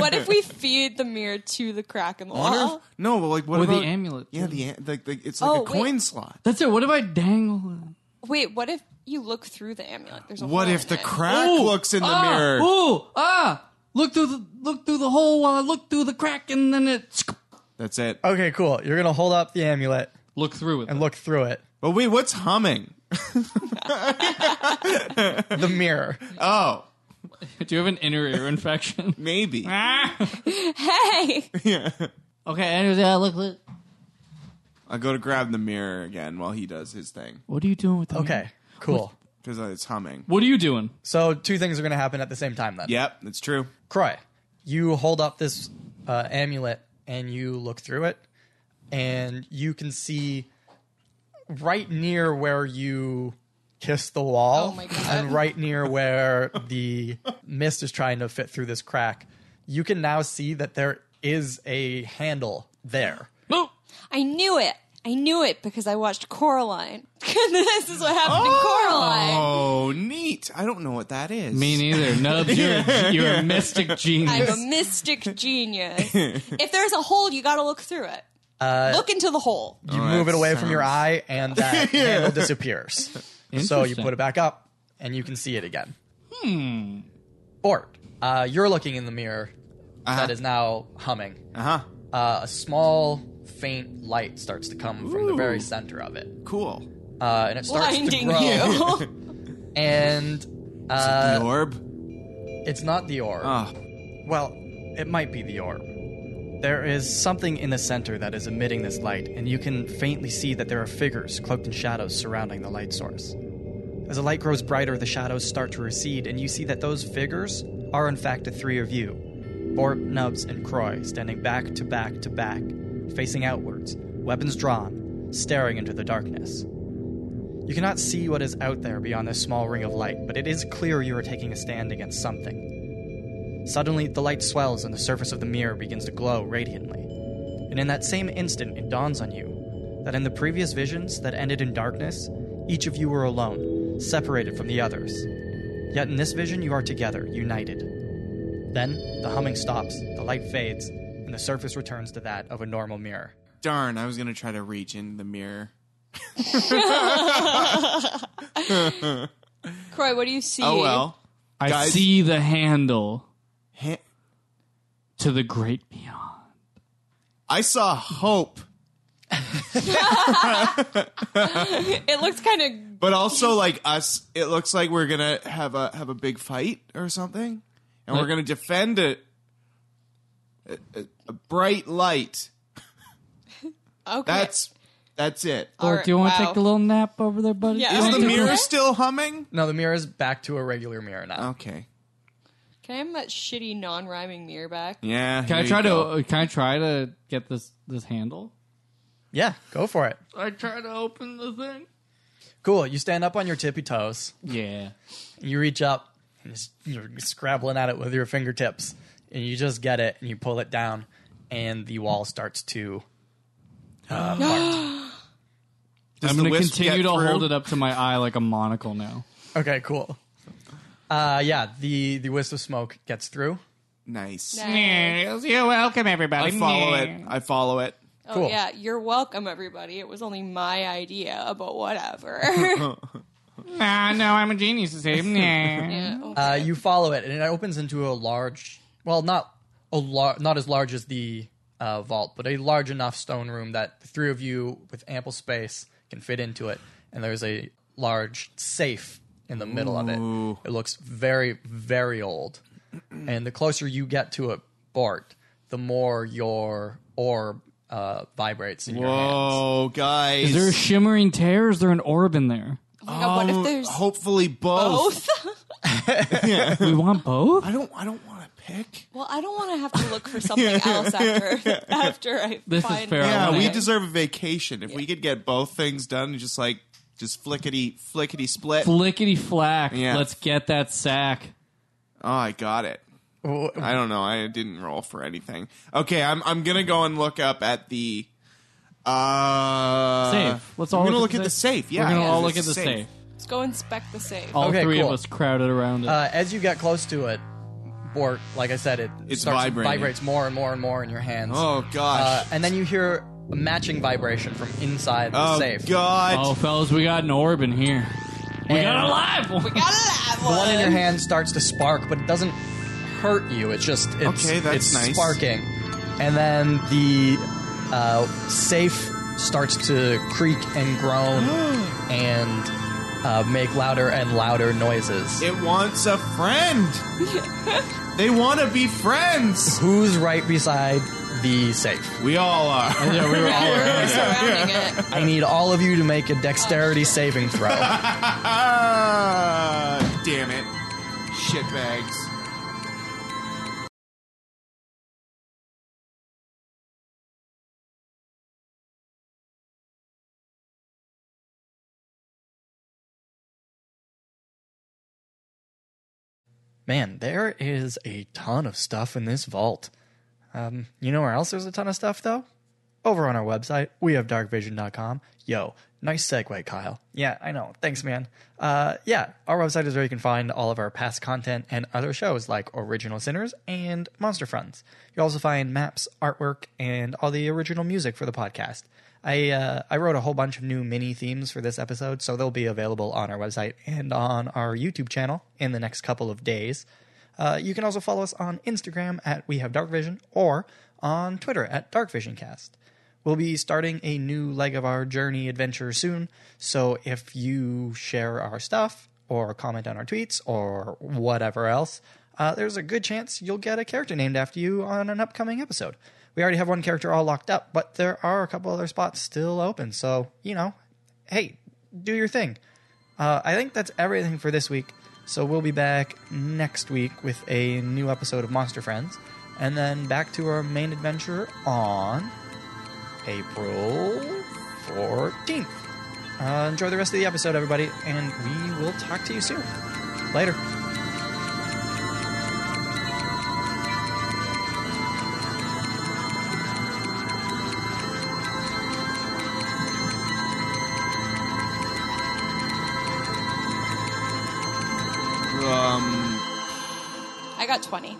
Speaker 4: what if we feed the mirror to the crack in the
Speaker 2: Wonder if-
Speaker 4: wall?
Speaker 2: no, but like what
Speaker 3: With the
Speaker 2: about
Speaker 3: amulet,
Speaker 2: Yeah,
Speaker 3: too.
Speaker 2: the am- like, like it's like
Speaker 4: Oh,
Speaker 2: a
Speaker 4: wait.
Speaker 2: coin slot.
Speaker 3: That's it. What if I dangle it?
Speaker 4: Wait, what if you look through the amulet? There's a
Speaker 2: What
Speaker 4: hole
Speaker 2: if
Speaker 4: in
Speaker 2: the
Speaker 4: it.
Speaker 2: crack looks in the
Speaker 3: ah,
Speaker 2: mirror?
Speaker 3: Ooh, ah! Look through the look through the hole while I look through the crack, and then it
Speaker 2: That's it.
Speaker 1: Okay, cool. You're gonna hold up the amulet
Speaker 3: look through it.
Speaker 1: and look through it.
Speaker 2: But wait, what's humming?
Speaker 1: The mirror.
Speaker 2: Oh,
Speaker 3: Do you have an inner ear infection?
Speaker 2: maybe.
Speaker 4: Hey,
Speaker 3: okay. Anyways, yeah, look, look.
Speaker 2: I go to grab the mirror again while he does his thing
Speaker 3: What are you doing with the
Speaker 1: Okay,
Speaker 3: mirror?
Speaker 1: cool.
Speaker 2: because it's humming.
Speaker 3: What are you doing?
Speaker 1: So two things are gonna happen at the same time then.
Speaker 2: Yep, that's true.
Speaker 1: Croy, you hold up this uh, amulet and you look through it, and you can see right near where you kiss the wall,
Speaker 4: Oh my God.
Speaker 1: and right near where the mist is trying to fit through this crack. You can now see that there is a handle there.
Speaker 3: Move.
Speaker 4: I knew it. I knew it because I watched Coraline. this is what happened in Coraline.
Speaker 2: Oh, neat. I don't know what that is.
Speaker 3: Me neither. Nubs, you're, you're a mystic
Speaker 4: I'm a
Speaker 3: genius.
Speaker 4: mystic genius. if there's a hole, you got to look through it. look into the hole.
Speaker 1: You
Speaker 2: Oh,
Speaker 1: move
Speaker 2: that
Speaker 1: it away from your
Speaker 2: sounds-
Speaker 1: eye, and that handle disappears. So you
Speaker 3: Interesting.
Speaker 1: put it back up, and you can see it again. Hmm. Bort, uh, you're looking in the mirror
Speaker 2: Uh-huh.
Speaker 1: that is now humming.
Speaker 2: Uh huh.
Speaker 1: Uh, a small, faint light starts to come from the very center of it,
Speaker 2: Cool.
Speaker 1: uh, and it starts
Speaker 4: Blinding
Speaker 1: to grow.
Speaker 4: you.
Speaker 1: And
Speaker 2: Is it
Speaker 1: uh,
Speaker 2: the orb?
Speaker 1: it's not the orb.
Speaker 2: Oh,
Speaker 5: Well, it might be the orb. There is something in the center that is emitting this light, and you can faintly see that there are figures cloaked in shadows surrounding the light source. As the light grows brighter, the shadows start to recede, and you see that those figures are in fact the three of you Bort, Nubs, and Croy, standing back to back to back, facing outwards, weapons drawn, staring into the darkness. You cannot see what is out there beyond this small ring of light, but it is clear you are taking a stand against something. Suddenly, the light swells and the surface of the mirror begins to glow radiantly. And in that same instant, it dawns on you that in the previous visions that ended in darkness, each of you were alone, separated from the others. Yet in this vision, you are together, united. Then, the humming stops, the light fades, and the surface returns to that of a normal mirror.
Speaker 2: darn. I was going to try to reach in the mirror.
Speaker 4: Croy, what do you see?
Speaker 2: Oh, well.
Speaker 3: I
Speaker 2: Guys.
Speaker 3: see the handle
Speaker 2: Ha-
Speaker 3: to the great beyond.
Speaker 2: I saw hope,
Speaker 4: It looks kind of.
Speaker 2: but also like us. It looks like we're gonna have a have a big fight or something, and we're
Speaker 3: Like-
Speaker 2: gonna defend it. A, a, a bright light.
Speaker 4: Okay.
Speaker 2: That's that's it. Is
Speaker 4: All
Speaker 3: Or
Speaker 4: right,
Speaker 3: do you want to
Speaker 4: wow.
Speaker 3: take a little nap over there, buddy?
Speaker 4: Yeah.
Speaker 3: You wanna
Speaker 2: the
Speaker 3: take a
Speaker 2: mirror
Speaker 3: little-
Speaker 2: still humming?
Speaker 1: No, the mirror is back to a regular mirror now.
Speaker 2: Okay.
Speaker 4: Can I have that shitty non-rhyming mirror back?
Speaker 2: Yeah.
Speaker 3: Can I try to? uh, Can I try to get this this handle?
Speaker 1: Yeah, go for it.
Speaker 3: I try to open the thing.
Speaker 1: Cool. You stand up on your tippy toes.
Speaker 3: Yeah.
Speaker 1: and you reach up and it's- you're scrabbling at it with your fingertips and you just get it and you pull it down and the wall starts to
Speaker 2: Does
Speaker 3: I'm
Speaker 2: the
Speaker 3: going to
Speaker 2: wisp
Speaker 3: continue
Speaker 2: get
Speaker 3: to
Speaker 2: through?
Speaker 3: hold it up to my eye like a monocle now.
Speaker 1: okay cool uh yeah the the wisp of smoke gets through
Speaker 2: Nice.
Speaker 3: You're welcome, everybody.
Speaker 2: I follow it. I follow it.
Speaker 4: Oh
Speaker 1: Cool.
Speaker 4: yeah, you're welcome, everybody. It was only my idea, but whatever. Oh,
Speaker 3: Nah, Ah, no, I'm a genius.
Speaker 1: uh you follow it and it opens into a large well not a lar- not as large as the uh, vault but a large enough stone room that the three of you with ample space can fit into it and there's a large safe in the middle of it it looks very very old and the closer you get to it bart the more your orb uh, vibrates in your hands
Speaker 2: Whoa, Oh, guys.
Speaker 3: Is there a shimmering tear? or Is there an orb in there?
Speaker 4: Oh my God, what if there's
Speaker 2: Hopefully both.
Speaker 4: both?
Speaker 3: We want both.
Speaker 2: I don't. I don't want to pick.
Speaker 4: well, I don't want to have to look for something else after after I
Speaker 3: This is
Speaker 4: find.
Speaker 3: fair.
Speaker 2: Yeah,
Speaker 3: Okay.
Speaker 2: we deserve a vacation if we could get both things done and just like just flickety flickety split.
Speaker 3: Flickety flack.
Speaker 2: Yeah.
Speaker 3: Let's get that sack.
Speaker 2: oh, I got it.
Speaker 1: Wh-
Speaker 2: I don't know. I didn't roll for anything. Okay, I'm I'm gonna go and look up at the uh
Speaker 3: Safe. Let's all
Speaker 2: I'm gonna
Speaker 3: look
Speaker 2: look
Speaker 3: at
Speaker 2: at the
Speaker 3: the
Speaker 2: safe. Yeah,
Speaker 3: We're gonna all
Speaker 2: it's
Speaker 3: look
Speaker 2: a
Speaker 3: at the safe.
Speaker 4: Let's go inspect the safe.
Speaker 3: All
Speaker 1: Okay,
Speaker 3: three
Speaker 1: cool.
Speaker 3: of us crowded around it.
Speaker 1: Uh, as you get close to it, Bort, like I said, it
Speaker 2: It's
Speaker 1: starts
Speaker 2: vibrating.
Speaker 1: vibrates more and more and more in your hands.
Speaker 2: Oh
Speaker 1: Uh,
Speaker 2: gosh.
Speaker 1: and then you hear a matching vibration from inside the
Speaker 2: oh
Speaker 1: safe.
Speaker 2: god.
Speaker 3: oh, fellas, we got an orb in here. We got a live one.
Speaker 4: Got a live
Speaker 1: The one in your hand starts to spark, but it doesn't hurt you. It's just it's,
Speaker 2: Okay, that's
Speaker 1: it's
Speaker 2: nice.
Speaker 1: sparking. And then the uh, safe starts to creak and groan and uh, make louder and louder noises.
Speaker 2: It wants a friend. they want to be friends.
Speaker 1: Who's right beside the safe?
Speaker 2: We all are.
Speaker 1: Yeah, we were all
Speaker 4: We're surrounding it.
Speaker 1: I
Speaker 2: Uh,
Speaker 1: need all of you to make a dexterity saving throw.
Speaker 2: Damn it. Shitbags.
Speaker 1: Man, there is a ton of stuff in this vault. Um, you know where else there's a ton of stuff, though? Over on our website, we have darkvision.com. Yo, nice segue, Kyle. Yeah, I know. Thanks, man. Uh, yeah, our website is where you can find all of our past content and other shows like Original Sinners and Monster Friends. You'll also find maps, artwork, and all the original music for the podcast. I uh, I wrote a whole bunch of new mini themes for this episode, so they'll be available on our website and on our YouTube channel in the next couple of days. Uh, you can also follow us on Instagram at We Have Dark Vision or on Twitter at Dark Vision Cast. We'll be starting a new leg of our journey adventure soon, so if you share our stuff or comment on our tweets or whatever else, uh, there's a good chance you'll get a character named after you on an upcoming episode. We already have one character all locked up, but there are a couple other spots still open, so, you know, hey, do your thing. Uh, I think that's everything for this week. So we'll be back next week with a new episode of Monster Friends, and then back to our main adventure on April 14th. Uh, enjoy the rest of the episode, everybody, and we will talk to you soon. Later.
Speaker 2: Um,
Speaker 4: I got 20.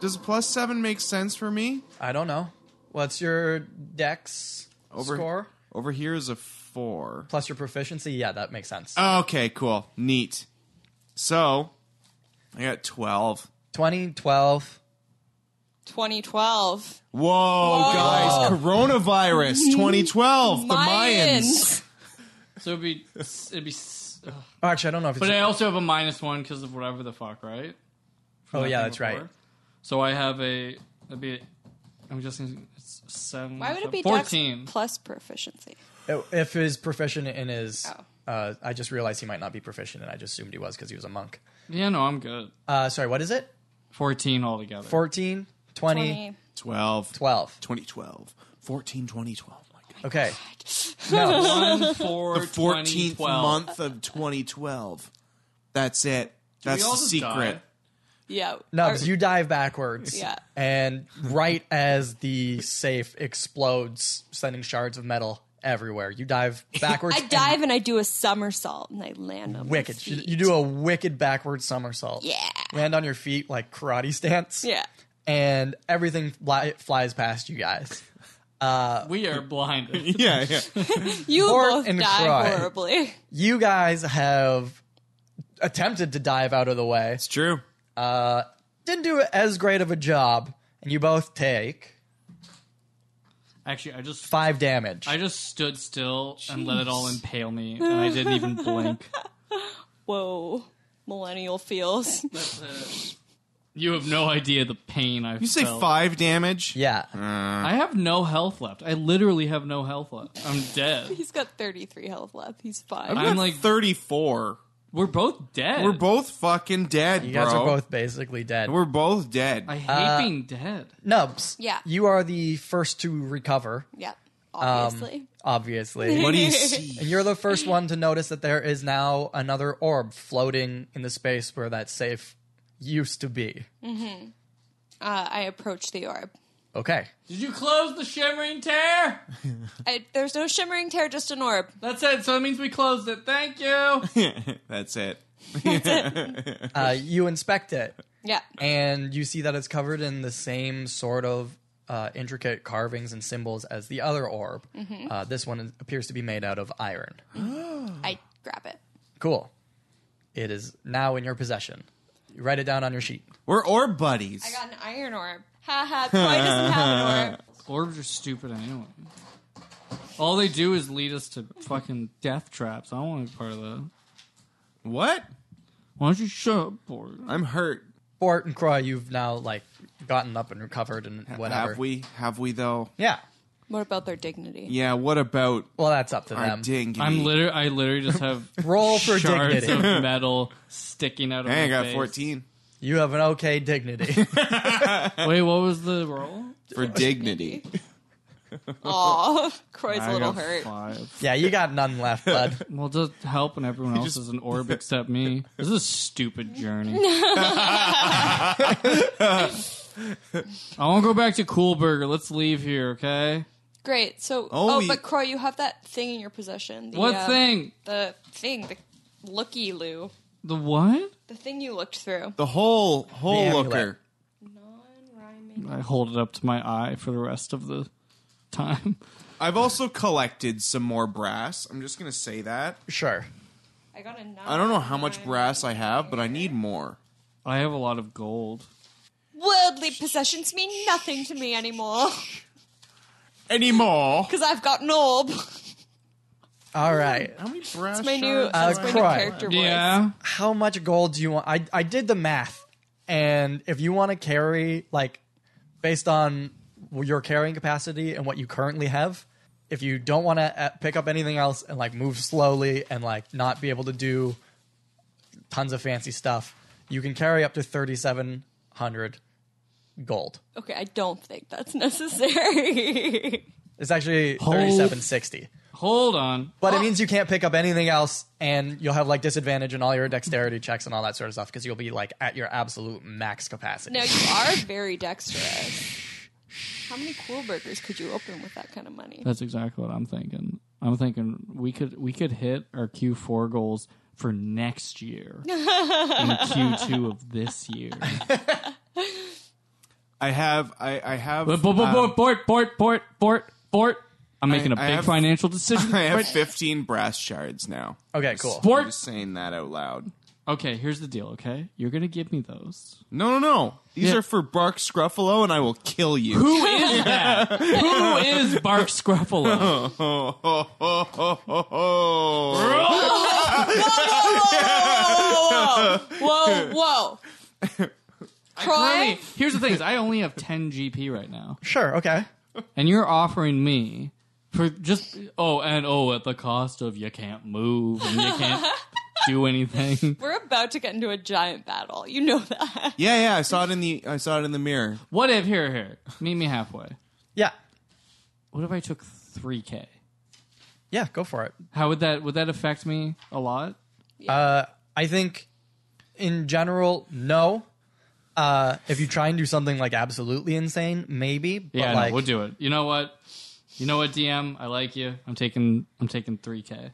Speaker 2: does plus seven make sense for me?
Speaker 1: I don't know. What's your dex
Speaker 2: Over
Speaker 1: score?
Speaker 2: over here is a four.
Speaker 1: Plus your proficiency? Yeah, that makes sense.
Speaker 2: Okay, cool, neat. So I got twelve.
Speaker 1: 20, 12.
Speaker 4: 2012.
Speaker 2: Whoa, guys! Coronavirus 2012. The Mayans.
Speaker 3: So it'd be, it'd be. s- ugh.
Speaker 1: Oh, actually, I don't know if it's.
Speaker 3: But I also have a minus one because of whatever the fuck, right?
Speaker 1: oh, yeah,
Speaker 3: Nothing
Speaker 1: that's right.
Speaker 3: before. So I have a. That'd be. I'm just. It's seven.
Speaker 4: Why would it be
Speaker 3: fourteen?
Speaker 4: dex plus proficiency?
Speaker 1: If he's proficient in his,
Speaker 4: Oh.
Speaker 1: uh, I just realized he might not be proficient, and I just assumed he was because he was a monk.
Speaker 3: yeah, no, I'm good.
Speaker 1: Uh, sorry, what is it?
Speaker 3: Fourteen altogether.
Speaker 1: 14, 20,
Speaker 4: 20.
Speaker 2: 12.
Speaker 1: 12.
Speaker 2: 2012. 14, 2012. My God.
Speaker 1: Okay. No,
Speaker 3: One, four,
Speaker 2: The
Speaker 3: 20,
Speaker 2: 14th
Speaker 3: 12.
Speaker 2: month of 2012. That's it.
Speaker 3: we
Speaker 2: That's
Speaker 3: all
Speaker 2: the
Speaker 3: just
Speaker 2: secret.
Speaker 3: die?
Speaker 4: Yeah.
Speaker 1: no,
Speaker 4: Are-
Speaker 1: 'cause you dive backwards.
Speaker 4: Yeah.
Speaker 1: And right as the safe explodes, sending shards of metal everywhere, you dive backwards.
Speaker 4: I dive and I do a somersault and I land on
Speaker 1: and
Speaker 4: my
Speaker 1: Wicked. You,
Speaker 4: feet.
Speaker 1: you do a wicked backward somersault.
Speaker 4: Yeah.
Speaker 1: Land on your feet like karate stance.
Speaker 4: Yeah.
Speaker 1: And everything fly, flies past you guys.
Speaker 3: We are blinded.
Speaker 2: Yeah, yeah.
Speaker 4: You
Speaker 1: Or
Speaker 4: both
Speaker 1: and
Speaker 4: die
Speaker 1: cry.
Speaker 4: horribly.
Speaker 1: You guys have attempted to dive out of the way.
Speaker 2: It's true.
Speaker 1: didn't do as great of a job, and you both take
Speaker 3: Actually, I just
Speaker 1: five damage.
Speaker 3: I just stood still and let it all impale me, and I didn't even blink.
Speaker 4: Whoa. Millennial feels.
Speaker 3: You have no idea the pain I've.
Speaker 2: You say five damage?
Speaker 1: yeah,
Speaker 3: I have no health left. I literally have no health left. I'm dead.
Speaker 4: He's got 33 health left. He's fine.
Speaker 3: I'm like,
Speaker 2: 34.
Speaker 3: we're both dead.
Speaker 2: We're both fucking dead,
Speaker 1: you
Speaker 2: bro.
Speaker 1: guys are both basically dead.
Speaker 2: We're both dead.
Speaker 3: I hate
Speaker 2: Uh,
Speaker 3: being dead.
Speaker 1: Nubs.
Speaker 4: Yeah.
Speaker 1: you are the first to recover,
Speaker 4: yeah. Obviously.
Speaker 1: obviously,
Speaker 2: what do you see?
Speaker 1: and you're the first one to notice that there is now another orb floating in the space where that safe used to be.
Speaker 4: uh, I approach the orb.
Speaker 1: Okay.
Speaker 3: Did you close the shimmering tear?
Speaker 4: I, there's no shimmering tear, just an orb.
Speaker 3: That's it. So that means we closed it. Thank you.
Speaker 2: That's it.
Speaker 1: Uh, you inspect it,
Speaker 4: Yeah.
Speaker 1: and you see that it's covered in the same sort of uh, intricate carvings and symbols as the other orb. Uh, this one is- appears to be made out of iron.
Speaker 4: I grab it.
Speaker 1: Cool. It is now in your possession. You write it down on your sheet.
Speaker 2: We're orb buddies.
Speaker 4: I got an iron orb. Ha ha. Koi doesn't have an orb.
Speaker 3: Orbs are stupid anyway. All they do is lead us to fucking death traps. I don't want to be part of that.
Speaker 2: what?
Speaker 3: Why don't you shut up, Borg?
Speaker 2: I'm hurt.
Speaker 1: Bort and Croy, you've now like gotten up and recovered and whatever.
Speaker 2: Have we? Have we though?
Speaker 1: Yeah.
Speaker 4: What about their dignity?
Speaker 2: Yeah. What about
Speaker 1: Well, that's up to
Speaker 2: our
Speaker 1: them.
Speaker 2: dignity?
Speaker 3: I'm literally, I literally just have
Speaker 1: Roll for
Speaker 3: shards
Speaker 1: dignity.
Speaker 3: of metal sticking out of
Speaker 2: Hey, I
Speaker 3: my
Speaker 2: got
Speaker 3: face.
Speaker 2: 14
Speaker 1: You have an okay dignity.
Speaker 3: Wait, what was the roll?
Speaker 2: for dignity.
Speaker 4: Aw, Croy's a
Speaker 3: I
Speaker 4: little
Speaker 3: got
Speaker 4: hurt.
Speaker 3: Five.
Speaker 1: yeah, you got none left, bud.
Speaker 3: Well, just help and everyone else is an orb except me. This is a stupid journey. I want to go back to Cool Burger. Let's leave here, okay?
Speaker 4: Great. So,
Speaker 2: Oh,
Speaker 4: oh,
Speaker 2: we-
Speaker 4: but Croy, you have that thing in your possession. The,
Speaker 3: What
Speaker 4: uh,
Speaker 3: thing?
Speaker 4: The thing. The looky loo.
Speaker 3: The what?
Speaker 4: The thing you looked through.
Speaker 2: The whole whole
Speaker 1: The amulet.
Speaker 2: looker.
Speaker 4: Non-rhyming.
Speaker 3: I hold it up to my eye for the rest of the time.
Speaker 2: I've also collected some more brass. I'm just gonna say that.
Speaker 1: Sure.
Speaker 4: I got a nine.
Speaker 2: I don't know how much brass I have, but I need more.
Speaker 3: I have a lot of gold.
Speaker 4: Worldly possessions mean nothing to me anymore
Speaker 2: Any more?
Speaker 4: because I've got an orb.
Speaker 1: All right.
Speaker 2: How many brass?
Speaker 4: my new,
Speaker 2: shards?
Speaker 4: that's my new
Speaker 1: Croy.
Speaker 4: character voice.
Speaker 3: Yeah.
Speaker 1: How much gold do you want? I I did the math, and if you want to carry like based on your carrying capacity and what you currently have, if you don't want to uh, pick up anything else and like move slowly and like not be able to do tons of fancy stuff, you can carry up to thirty seven hundred gold.
Speaker 4: Okay, I don't think that's necessary.
Speaker 1: It's actually
Speaker 3: Holy-
Speaker 1: thirty seven sixty.
Speaker 3: Hold on.
Speaker 1: But it means you can't pick up anything else, and you'll have like disadvantage in all your dexterity checks and all that sort of stuff because you'll be like at your absolute max capacity.
Speaker 4: now you are very dexterous. How many cool burgers could you open with that kind of money?
Speaker 3: That's exactly what I'm thinking. I'm thinking we could we could hit our Q4 goals for next year in Q2 of this year.
Speaker 2: I have. I, I have.
Speaker 3: But but but
Speaker 2: um,
Speaker 3: but port port port port port. I'm making a
Speaker 2: I
Speaker 3: big
Speaker 2: have-
Speaker 3: financial decision.
Speaker 2: I have 15 brass shards now.
Speaker 1: Okay, cool.
Speaker 2: I'm
Speaker 3: Port.
Speaker 2: just saying that out loud.
Speaker 3: Okay, here's the deal. Okay, you're gonna give me those.
Speaker 2: No, no, no. These
Speaker 3: Yeah.
Speaker 2: are for Bark Scruffalo, and I will kill you.
Speaker 3: Who is that? Who is Bark Scruffalo?
Speaker 2: Ho, ho, ho, ho, ho, ho.
Speaker 4: Whoa, whoa. Croy,
Speaker 3: Really, here's the thing: is I only have 10 GP right now.
Speaker 1: Sure, okay.
Speaker 3: and you're offering me for just oh and oh at the cost of you can't move and you can't do anything.
Speaker 4: we're about to get into a giant battle. You know that.
Speaker 2: Yeah, yeah. I saw it in the. I saw it in the mirror.
Speaker 3: What if here here meet me halfway?
Speaker 1: Yeah.
Speaker 3: What if I took three k?
Speaker 1: Yeah, go for it.
Speaker 3: How would that would that affect me a lot?
Speaker 1: Uh, I think in general, no. Uh, if you try and do something like absolutely insane, maybe. But
Speaker 3: Yeah,
Speaker 1: like,
Speaker 3: no, we'll do it. You know what? You know what, DM? I like you. I'm taking I'm taking three k.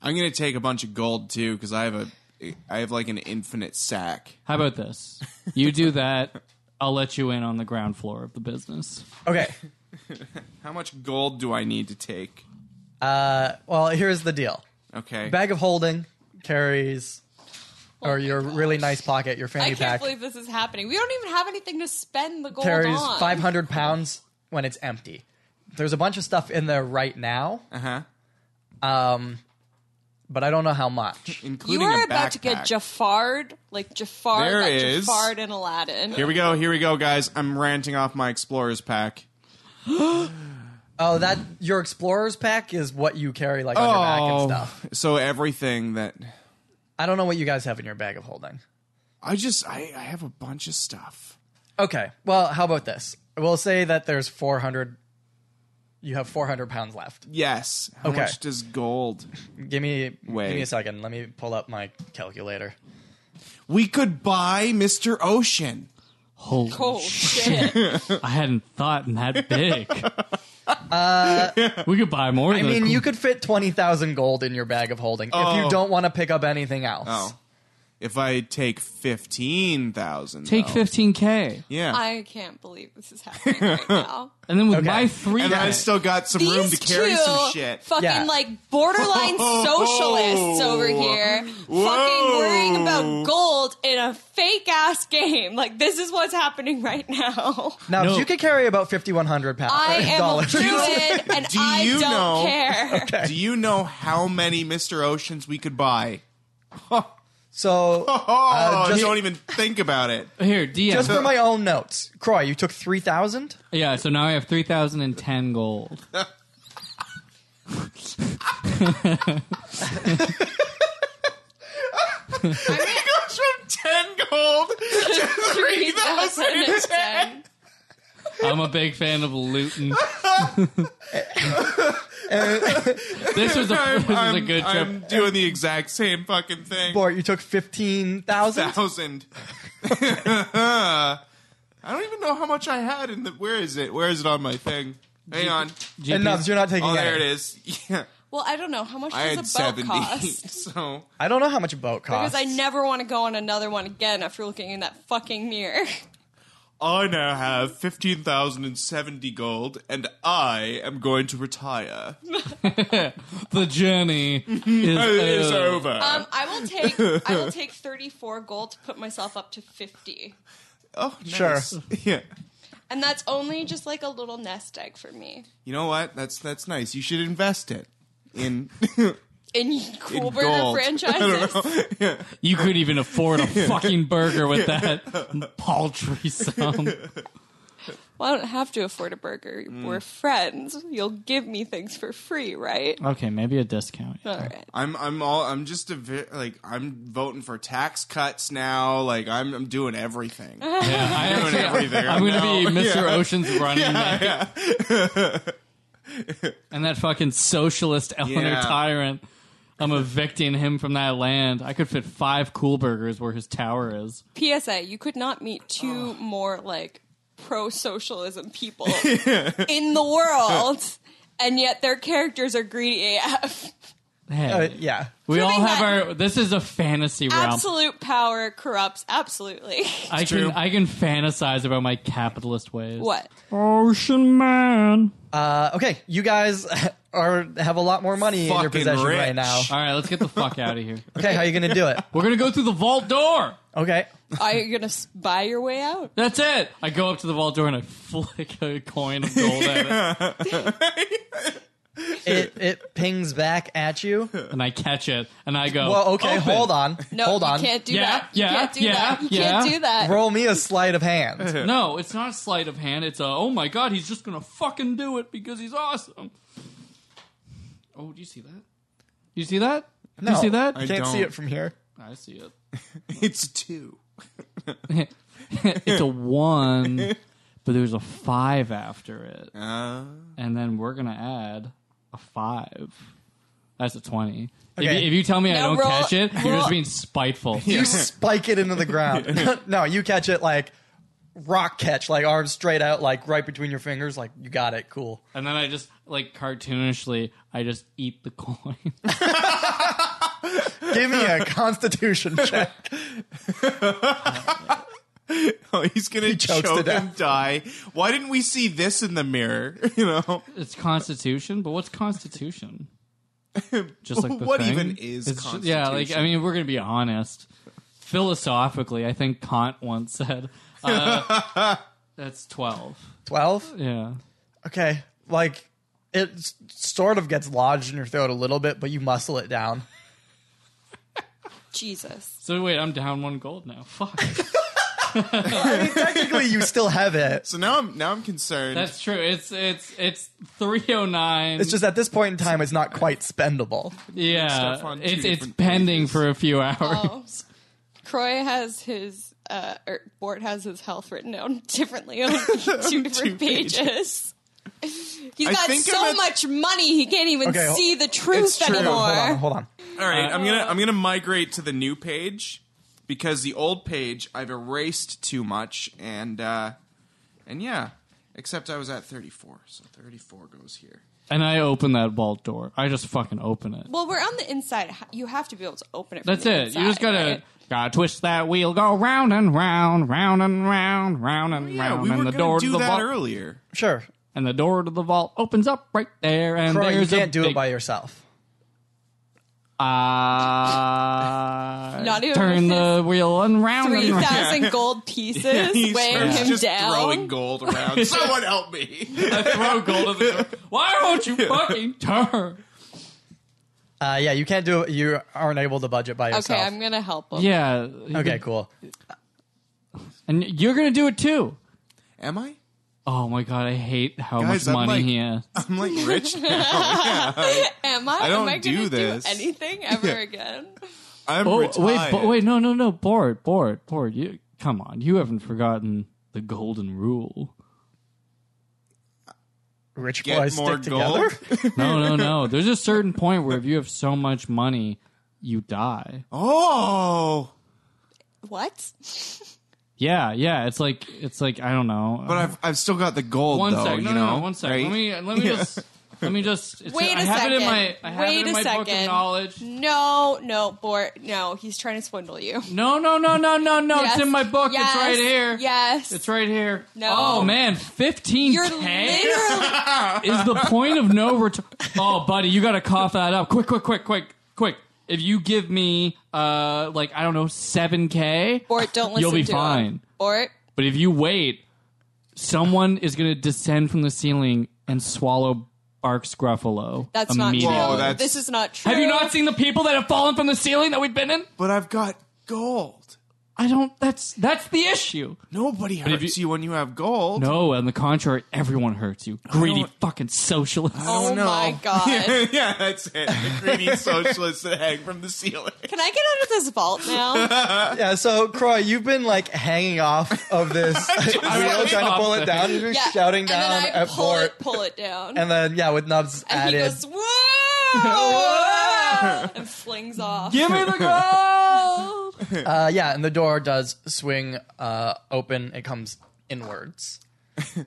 Speaker 2: I'm gonna take a bunch of gold too, because I have a. I have like an infinite sack.
Speaker 3: How about this? You do that. I'll let you in on the ground floor of the business.
Speaker 1: Okay.
Speaker 2: How much gold do I need to take?
Speaker 1: uh, Well, here's the deal.
Speaker 2: Okay.
Speaker 1: Bag of holding carries or your really nice pocket, your
Speaker 4: I
Speaker 1: fanny
Speaker 4: can't
Speaker 1: pack
Speaker 4: believe this is happening. We don't even have anything to spend the gold
Speaker 1: carries
Speaker 4: on.
Speaker 1: 500 pounds when it's empty. There's a bunch of stuff in there right now,
Speaker 2: Uh huh.
Speaker 1: um, but I don't know how much.
Speaker 4: you
Speaker 2: Including
Speaker 4: are
Speaker 2: a
Speaker 4: about to get
Speaker 2: backpack.
Speaker 4: Jafar'd, like Jafar
Speaker 2: There
Speaker 4: got
Speaker 2: is.
Speaker 4: Jafar'd in Aladdin.
Speaker 2: Here we go. Here we go, guys. I'm ranting off my explorer's pack.
Speaker 1: Oh, that your explorer's pack is what you carry like on your back
Speaker 3: Oh,
Speaker 1: and stuff.
Speaker 2: so everything that
Speaker 1: I don't know what you guys have in your bag of holding.
Speaker 2: I just I, I have a bunch of stuff.
Speaker 1: Okay. Well, how about this? We'll say that there's 400. You have 400 pounds left.
Speaker 2: Yes. How
Speaker 1: Okay.
Speaker 2: much does gold?
Speaker 1: Give me give
Speaker 2: Wait.
Speaker 1: me a second. Let me pull up my calculator.
Speaker 2: We could buy Mr. Ocean.
Speaker 3: Holy
Speaker 4: Oh shit!
Speaker 3: I hadn't thought in that big. we could buy more.
Speaker 1: Uh, I mean, you could fit 20,000 gold in your bag of holding if
Speaker 2: Oh.
Speaker 1: you don't want to pick up anything else.
Speaker 2: Oh. If I take 15,000.
Speaker 3: take
Speaker 2: though-
Speaker 3: fifteen k,
Speaker 2: Yeah.
Speaker 4: I can't believe this is happening right now.
Speaker 3: and then with
Speaker 1: Okay.
Speaker 3: my three,
Speaker 2: and I
Speaker 3: dice-
Speaker 2: still got some
Speaker 4: These
Speaker 2: room to carry
Speaker 4: two
Speaker 2: some shit.
Speaker 4: fucking
Speaker 1: Yeah.
Speaker 4: like borderline socialists over here, fucking
Speaker 2: Whoa.
Speaker 4: worrying about gold in a fake ass game. Like this is what's happening right now.
Speaker 1: Now,
Speaker 3: No.
Speaker 1: you could carry about 5,100 pounds.
Speaker 4: I am a
Speaker 1: dollars.
Speaker 4: druid and
Speaker 2: Do
Speaker 4: I
Speaker 2: you
Speaker 4: don't
Speaker 2: know-
Speaker 4: care.
Speaker 2: Do you know how many Mr. Oceans we could buy?
Speaker 1: so,
Speaker 2: Oh,
Speaker 1: Uh, just-
Speaker 2: don't even think about it.
Speaker 3: here DM.
Speaker 1: just for my own notes, Croy, you took 3,000?
Speaker 3: yeah, so now I have three thousand and ten gold.
Speaker 2: It goes from 10 gold to 3,000.
Speaker 4: 2010.
Speaker 3: I'm a big fan of looting. this was a this was a
Speaker 2: I'm,
Speaker 3: good trip.
Speaker 2: I'm doing the exact same fucking thing.
Speaker 1: Or you took 15,000?
Speaker 2: thousand. I don't even know how much I had in the. Where is it? Where is it on my thing? Hang on.
Speaker 3: GP
Speaker 1: Enough, you're not taking
Speaker 2: Oh,
Speaker 1: any.
Speaker 2: there it is. Yeah,
Speaker 4: Well, I don't know how much
Speaker 2: I
Speaker 4: does a
Speaker 2: had
Speaker 4: boat
Speaker 2: seventy.
Speaker 4: cost.
Speaker 2: So
Speaker 1: I don't know how much a boat costs.
Speaker 4: Because I never want to go on another one again after looking in that fucking mirror.
Speaker 2: I now have fifteen thousand and seventy gold, and I am going to retire.
Speaker 3: the journey is, uh,
Speaker 2: It is
Speaker 3: over.
Speaker 2: over.
Speaker 4: Um, I will take I will take thirty four gold to put myself up to fifty,
Speaker 2: oh, nice.
Speaker 1: sure.
Speaker 2: Yeah.
Speaker 4: and that's only just like a little nest egg for me
Speaker 2: You know what? That's that's nice. You should invest it in
Speaker 4: in
Speaker 2: in
Speaker 4: cool burger
Speaker 2: gold. I
Speaker 4: franchises.
Speaker 2: don't know. Yeah.
Speaker 3: You could even afford a fucking burger with that paltry sum.
Speaker 4: Well, I don't have to afford a burger.
Speaker 2: Mm.
Speaker 4: We're friends. You'll give me things for free, right?
Speaker 3: Okay, maybe a discount.
Speaker 4: All right.
Speaker 2: I'm I'm all I'm just a ve- like I'm voting for tax cuts now. Like I'm I'm doing everything.
Speaker 3: I
Speaker 2: I'm doing everything.
Speaker 3: am gonna be
Speaker 2: now.
Speaker 3: Mr.
Speaker 2: Yeah.
Speaker 3: Ocean's running mate. and that fucking socialist Eleanor
Speaker 2: Yeah.
Speaker 3: Tyrant. I'm evicting him from that land. I could fit five cool burgers where his tower is.
Speaker 4: PSA: You could not meet two
Speaker 2: Oh.
Speaker 4: more like pro socialism people in the world, and yet their characters are greedy AF.
Speaker 3: Hey,
Speaker 1: Uh, yeah.
Speaker 3: we all
Speaker 4: proving
Speaker 3: have
Speaker 4: that-
Speaker 3: our. This is a fantasy realm.
Speaker 4: Absolute power corrupts absolutely.
Speaker 3: I
Speaker 2: true.
Speaker 3: can I can fantasize about my capitalist ways.
Speaker 4: what?
Speaker 3: Ocean man?
Speaker 1: Uh, okay, you guys are have a lot more money in your
Speaker 2: Fucking
Speaker 1: possession
Speaker 2: rich.
Speaker 1: right now.
Speaker 3: All right, let's get the fuck out of here.
Speaker 1: Okay, how you going to do it?
Speaker 3: We're gonna go through the vault door.
Speaker 1: Okay.
Speaker 4: Are you gonna s- buy your way out?
Speaker 3: That's it. I go up to the vault door and I flick a coin of gold at
Speaker 1: It it pings back at you.
Speaker 3: it, and I catch it, and I go.
Speaker 1: Well, okay,
Speaker 3: "Open."
Speaker 1: hold on.
Speaker 4: No,
Speaker 1: hold on.
Speaker 4: you can't do
Speaker 3: Yeah,
Speaker 4: that. You
Speaker 3: yeah,
Speaker 4: can't do
Speaker 3: yeah,
Speaker 4: that. You
Speaker 3: yeah.
Speaker 4: can't do that.
Speaker 1: Roll me a sleight of hand.
Speaker 3: No, it's not a sleight of hand. It's a oh my god, he's just gonna fucking do it because he's awesome. Oh, do you see that? You see that? Do
Speaker 1: No.
Speaker 3: You see that?
Speaker 1: I
Speaker 2: I
Speaker 1: can't see
Speaker 2: don't.
Speaker 1: it from here.
Speaker 3: I see it.
Speaker 2: It's two.
Speaker 3: it's a one, but there's a five after it,
Speaker 2: Uh,
Speaker 3: and then we're gonna add a five. That's a twenty. If,
Speaker 1: Okay.
Speaker 3: you, if you tell me I
Speaker 4: Now
Speaker 3: don't
Speaker 4: roll-
Speaker 3: catch it, you're
Speaker 4: roll-
Speaker 3: just being spiteful.
Speaker 1: You spike it into the ground. no, you catch it like rock catch, like arms straight out, like right between your fingers, like you got it, cool.
Speaker 3: And then I just like cartoonishly, I just eat the coin.
Speaker 1: Give me a constitution check.
Speaker 2: oh, he's gonna
Speaker 1: chokes to
Speaker 2: choke
Speaker 1: death.
Speaker 2: and die. Why didn't we see this in the mirror? You know,
Speaker 3: it's Constitution, but what's Constitution? Just like the
Speaker 2: What
Speaker 3: thing?
Speaker 2: even is
Speaker 3: It's ju- yeah, like I
Speaker 2: Constitution?
Speaker 3: mean, we're gonna be honest. Philosophically, I think Kant once said uh, that's twelve.
Speaker 1: Twelve?
Speaker 3: Yeah.
Speaker 1: Okay. Like it s- sort of gets lodged in your throat a little bit, but you muscle it down.
Speaker 4: Jesus.
Speaker 3: So wait, I'm down one gold now. Fuck.
Speaker 1: Technically you still have it.
Speaker 2: so now I'm now I'm concerned.
Speaker 3: That's true. It's it's it's three oh nine.
Speaker 1: It's just at this point in time it's not quite spendable.
Speaker 3: yeah.
Speaker 2: stuff on two
Speaker 3: It's it's
Speaker 2: different
Speaker 3: pending
Speaker 2: pages.
Speaker 3: for a few hours.
Speaker 4: Oh, Croy has his. Uh, or Bort has his health written down differently on two different
Speaker 2: pages.
Speaker 4: pages. He's
Speaker 2: I
Speaker 4: got
Speaker 2: think
Speaker 4: so
Speaker 2: I'm at-
Speaker 4: much money he can't even
Speaker 1: Okay, hol-
Speaker 4: see the truth
Speaker 2: true.
Speaker 4: anymore.
Speaker 1: Hold on, hold on.
Speaker 4: uh,
Speaker 2: All right, I'm gonna I'm gonna migrate to the new page, because the old page I've erased too much, and uh, and yeah, except I was at 34, so 34 goes here.
Speaker 3: And I open that vault door. I just fucking open it.
Speaker 4: Well, we're on the inside. H- You have to be able to open it. From
Speaker 3: That's
Speaker 4: the
Speaker 3: it. you
Speaker 4: inside,
Speaker 3: just gotta
Speaker 4: right?
Speaker 3: gotta twist that wheel, go round and round, round and round, round and
Speaker 2: Oh, Yeah,
Speaker 3: round,
Speaker 2: we
Speaker 3: and
Speaker 2: were
Speaker 3: the
Speaker 2: going
Speaker 3: door
Speaker 2: to
Speaker 3: to
Speaker 2: do
Speaker 3: the
Speaker 2: that
Speaker 3: vault,
Speaker 2: earlier.
Speaker 1: Sure.
Speaker 3: and the door to the vault opens up right there. And
Speaker 1: Croy, you
Speaker 3: there's
Speaker 1: can't
Speaker 3: a
Speaker 1: do
Speaker 3: big,
Speaker 1: it by yourself.
Speaker 3: Uh,
Speaker 4: Not even
Speaker 3: turn
Speaker 4: with
Speaker 3: the wheel and round
Speaker 4: Three
Speaker 3: and round.
Speaker 4: thousand gold pieces
Speaker 2: He's
Speaker 4: weighing
Speaker 2: he's
Speaker 4: him
Speaker 2: just
Speaker 4: down.
Speaker 2: throwing gold around. Someone help me!
Speaker 3: throw gold at the door. Why won't you fucking turn?
Speaker 1: Uh, yeah, you can't do it. You aren't able to budget by
Speaker 4: okay,
Speaker 1: yourself.
Speaker 4: I'm gonna help him.
Speaker 3: Yeah.
Speaker 1: okay, cool.
Speaker 3: And you're gonna do it too.
Speaker 2: Am I?
Speaker 3: Oh my god, I hate how
Speaker 2: Guys,
Speaker 3: much
Speaker 2: I'm
Speaker 3: money
Speaker 2: like-
Speaker 3: he has.
Speaker 2: I'm like rich now.
Speaker 4: Am I?
Speaker 2: I don't
Speaker 4: Am I
Speaker 2: do
Speaker 4: gonna
Speaker 2: this.
Speaker 4: do anything ever again?
Speaker 2: I'm
Speaker 3: Oh
Speaker 2: retired.
Speaker 3: wait, bo- wait, no, no, no, Bort, Bort, Bort. You come on, you haven't forgotten the golden rule.
Speaker 1: Rich
Speaker 2: Get
Speaker 1: boys
Speaker 2: more
Speaker 1: stick together.
Speaker 2: gold.
Speaker 3: No, no, no. There's a certain point where if you have so much money, you die.
Speaker 2: Oh,
Speaker 4: What?
Speaker 3: Yeah, yeah. It's like it's like I don't know.
Speaker 2: but I've I've still got the gold
Speaker 3: one
Speaker 2: though.
Speaker 3: sec,
Speaker 2: you
Speaker 3: no,
Speaker 2: know,
Speaker 3: no, no, one sec.
Speaker 2: right?
Speaker 3: Let me let me just let me just. It's,
Speaker 4: Wait
Speaker 3: I
Speaker 4: a
Speaker 3: have it in
Speaker 4: second.
Speaker 3: my I have
Speaker 4: Wait
Speaker 3: it in
Speaker 4: a
Speaker 3: my book of
Speaker 4: second.
Speaker 3: knowledge.
Speaker 4: No, no, Bort. No, he's trying to swindle you.
Speaker 3: No, no, no, no, no, no.
Speaker 4: Yes.
Speaker 3: It's in my book.
Speaker 4: Yes.
Speaker 3: It's right here.
Speaker 4: Yes.
Speaker 3: It's right here.
Speaker 4: No.
Speaker 3: Oh man, fifteen
Speaker 4: You're literally
Speaker 3: is the point of no return. Oh, buddy, you got to cough that up. Quick, quick, quick, quick, quick. If you give me, uh, like I don't know, seven k,
Speaker 4: Bort. Don't listen.
Speaker 3: You'll be
Speaker 4: to
Speaker 3: fine.
Speaker 4: Him. Bort.
Speaker 3: but if you wait, someone is going to descend from the ceiling and swallow Bark Scruffalo.
Speaker 4: That's not true.
Speaker 3: immediately.
Speaker 2: Whoa, that's-
Speaker 4: This is not true.
Speaker 3: Have you not seen the people that have fallen from the ceiling that we've been in?
Speaker 2: But I've got gold.
Speaker 3: I don't. That's that's the issue.
Speaker 2: Nobody
Speaker 3: if
Speaker 2: hurts you,
Speaker 3: you-
Speaker 2: when you have gold.
Speaker 3: No, on the contrary, everyone hurts you. Greedy
Speaker 2: don't-
Speaker 3: fucking socialist.
Speaker 4: Oh
Speaker 2: no.
Speaker 4: my god!
Speaker 2: yeah, that's it. The greedy socialists that hang from the ceiling.
Speaker 4: Can I get out of this vault now?
Speaker 1: Yeah, so Croy, you've been like hanging off of this wheel,
Speaker 3: like,
Speaker 1: trying to pull it down. You're
Speaker 4: Yeah.
Speaker 1: shouting
Speaker 4: and
Speaker 1: down
Speaker 4: then I
Speaker 1: at
Speaker 4: pull
Speaker 1: Bort,
Speaker 4: it, pull it down,
Speaker 1: and then yeah, with Nubs
Speaker 4: and he
Speaker 1: added.
Speaker 4: goes whoa, and flings off.
Speaker 3: Give me the gold.
Speaker 1: Uh, yeah, and the door does swing uh, open. It comes inwards.
Speaker 4: And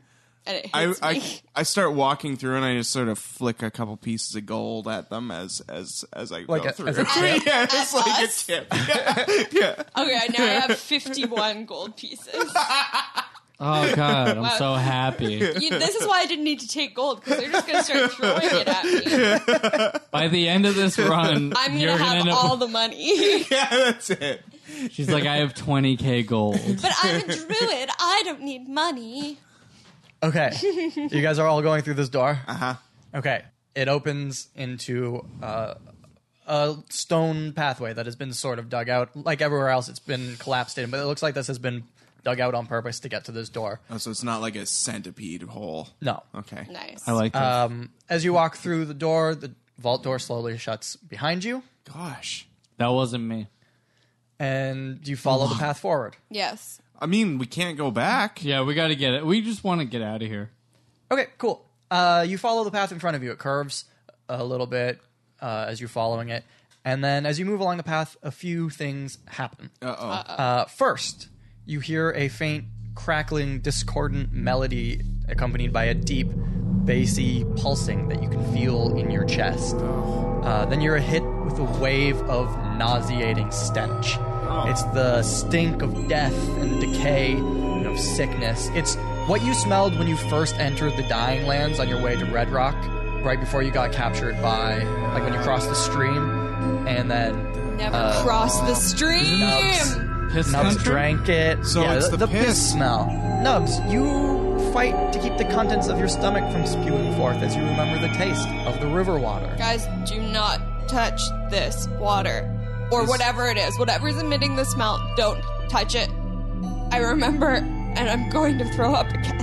Speaker 4: it
Speaker 2: I,
Speaker 4: hits me.
Speaker 2: I I start walking through and I just sort of flick a couple pieces of gold at them as as as I
Speaker 1: Like
Speaker 2: go
Speaker 1: a-
Speaker 2: through.
Speaker 1: as a tip?
Speaker 2: yeah, it's
Speaker 4: At
Speaker 2: like
Speaker 4: us?
Speaker 2: a tip. Yeah, yeah.
Speaker 4: Okay, now I have 51 gold pieces.
Speaker 3: Oh god, I'm so happy.
Speaker 4: You, this is why I didn't need to take gold, because they're just going to start throwing it at me.
Speaker 3: By the end of this run,
Speaker 4: I'm going
Speaker 3: you're gonna
Speaker 4: to have
Speaker 3: end up.
Speaker 4: all the money.
Speaker 2: yeah, that's it.
Speaker 3: she's like, I have 20k gold.
Speaker 4: But I'm a druid. I don't need money.
Speaker 1: Okay, you guys are all going through this door. Uh
Speaker 2: Uh-huh.
Speaker 1: huh. Okay, it opens into uh, a stone pathway that has been sort of dug out. Like everywhere else, it's been collapsed in, but it looks like this has been dug out on purpose to get to this door.
Speaker 2: Oh, so it's not like a centipede hole.
Speaker 1: No.
Speaker 2: Okay.
Speaker 4: Nice.
Speaker 3: I like that.
Speaker 1: Um, as you walk through the door, the vault door slowly shuts behind you,
Speaker 2: Gosh.
Speaker 3: that wasn't me.
Speaker 1: and you follow the path forward.
Speaker 4: Yes.
Speaker 2: I mean, we can't go back.
Speaker 3: Yeah, we got to get it. We just want to get out of here.
Speaker 1: Okay, cool. Uh, you follow the path in front of you. It curves a little bit uh, as you're following it. And then as you move along the path, a few things happen.
Speaker 2: Uh oh.
Speaker 1: Uh, first, you hear a faint, crackling, discordant melody accompanied by a deep, bassy pulsing that you can feel in your chest. Uh, then you're hit with a wave of nauseating stench. It's the stink of death and decay and of sickness. It's what you smelled when you first entered the Dying Lands on your way to Red Rock, right before you got captured by, like when you crossed the stream, and then
Speaker 4: Never cross the stream.
Speaker 1: Nubs.
Speaker 3: Piss
Speaker 1: Nubs
Speaker 3: country?
Speaker 1: drank it.
Speaker 2: So
Speaker 1: yeah,
Speaker 2: it's
Speaker 1: the,
Speaker 2: the
Speaker 1: piss.
Speaker 2: piss.
Speaker 1: smell. Nubs, you fight to keep the contents of your stomach from spewing forth as you remember the taste of the river water.
Speaker 4: Guys, do not touch this water. Or whatever it is. Whatever's emitting the smell, don't touch it. I remember, and I'm going to throw up again.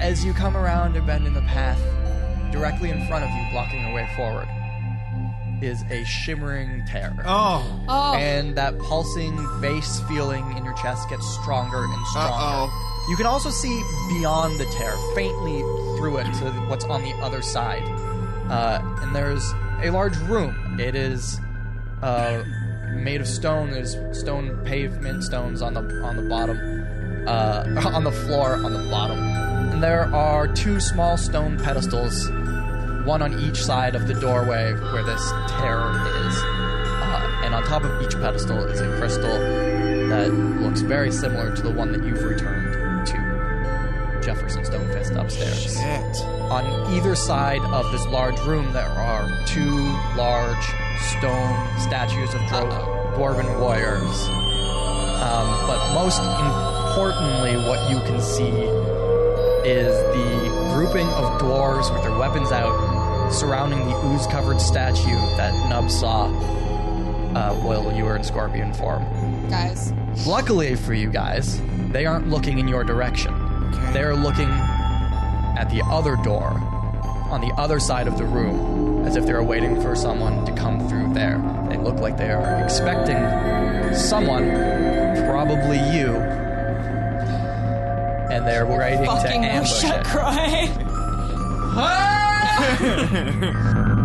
Speaker 1: As you come around a bend in the path, directly in front of you, blocking the way forward, is a shimmering terror.
Speaker 2: Oh.
Speaker 4: Oh,
Speaker 1: And that pulsing bass feeling in your chest gets stronger and stronger.
Speaker 2: Uh-oh.
Speaker 1: You can also see beyond the tear, faintly through it to what's on the other side. Uh, and there's a large room. It is uh, made of stone. There's stone pavement stones on the on the bottom, uh, on the floor on the bottom. And there are two small stone pedestals, one on each side of the doorway where this terror is. Uh, and on top of each pedestal is a crystal that looks very similar to the one that you've returned to Jefferson Stonefist upstairs. On either side of this large room, there are two large stone statues of dro- dwarven warriors. Um, but most importantly, what you can see is the grouping of dwarves with their weapons out surrounding the ooze covered statue that Nub saw uh, while you were in scorpion form.
Speaker 4: guys.
Speaker 1: Luckily for you guys, they aren't looking in your direction. They're looking at the other door on the other side of the room as if they're waiting for someone to come through there. They look like they are expecting someone, probably you, and they're waiting to
Speaker 4: Fucking no
Speaker 1: ambush
Speaker 4: shut
Speaker 1: it.
Speaker 4: crying.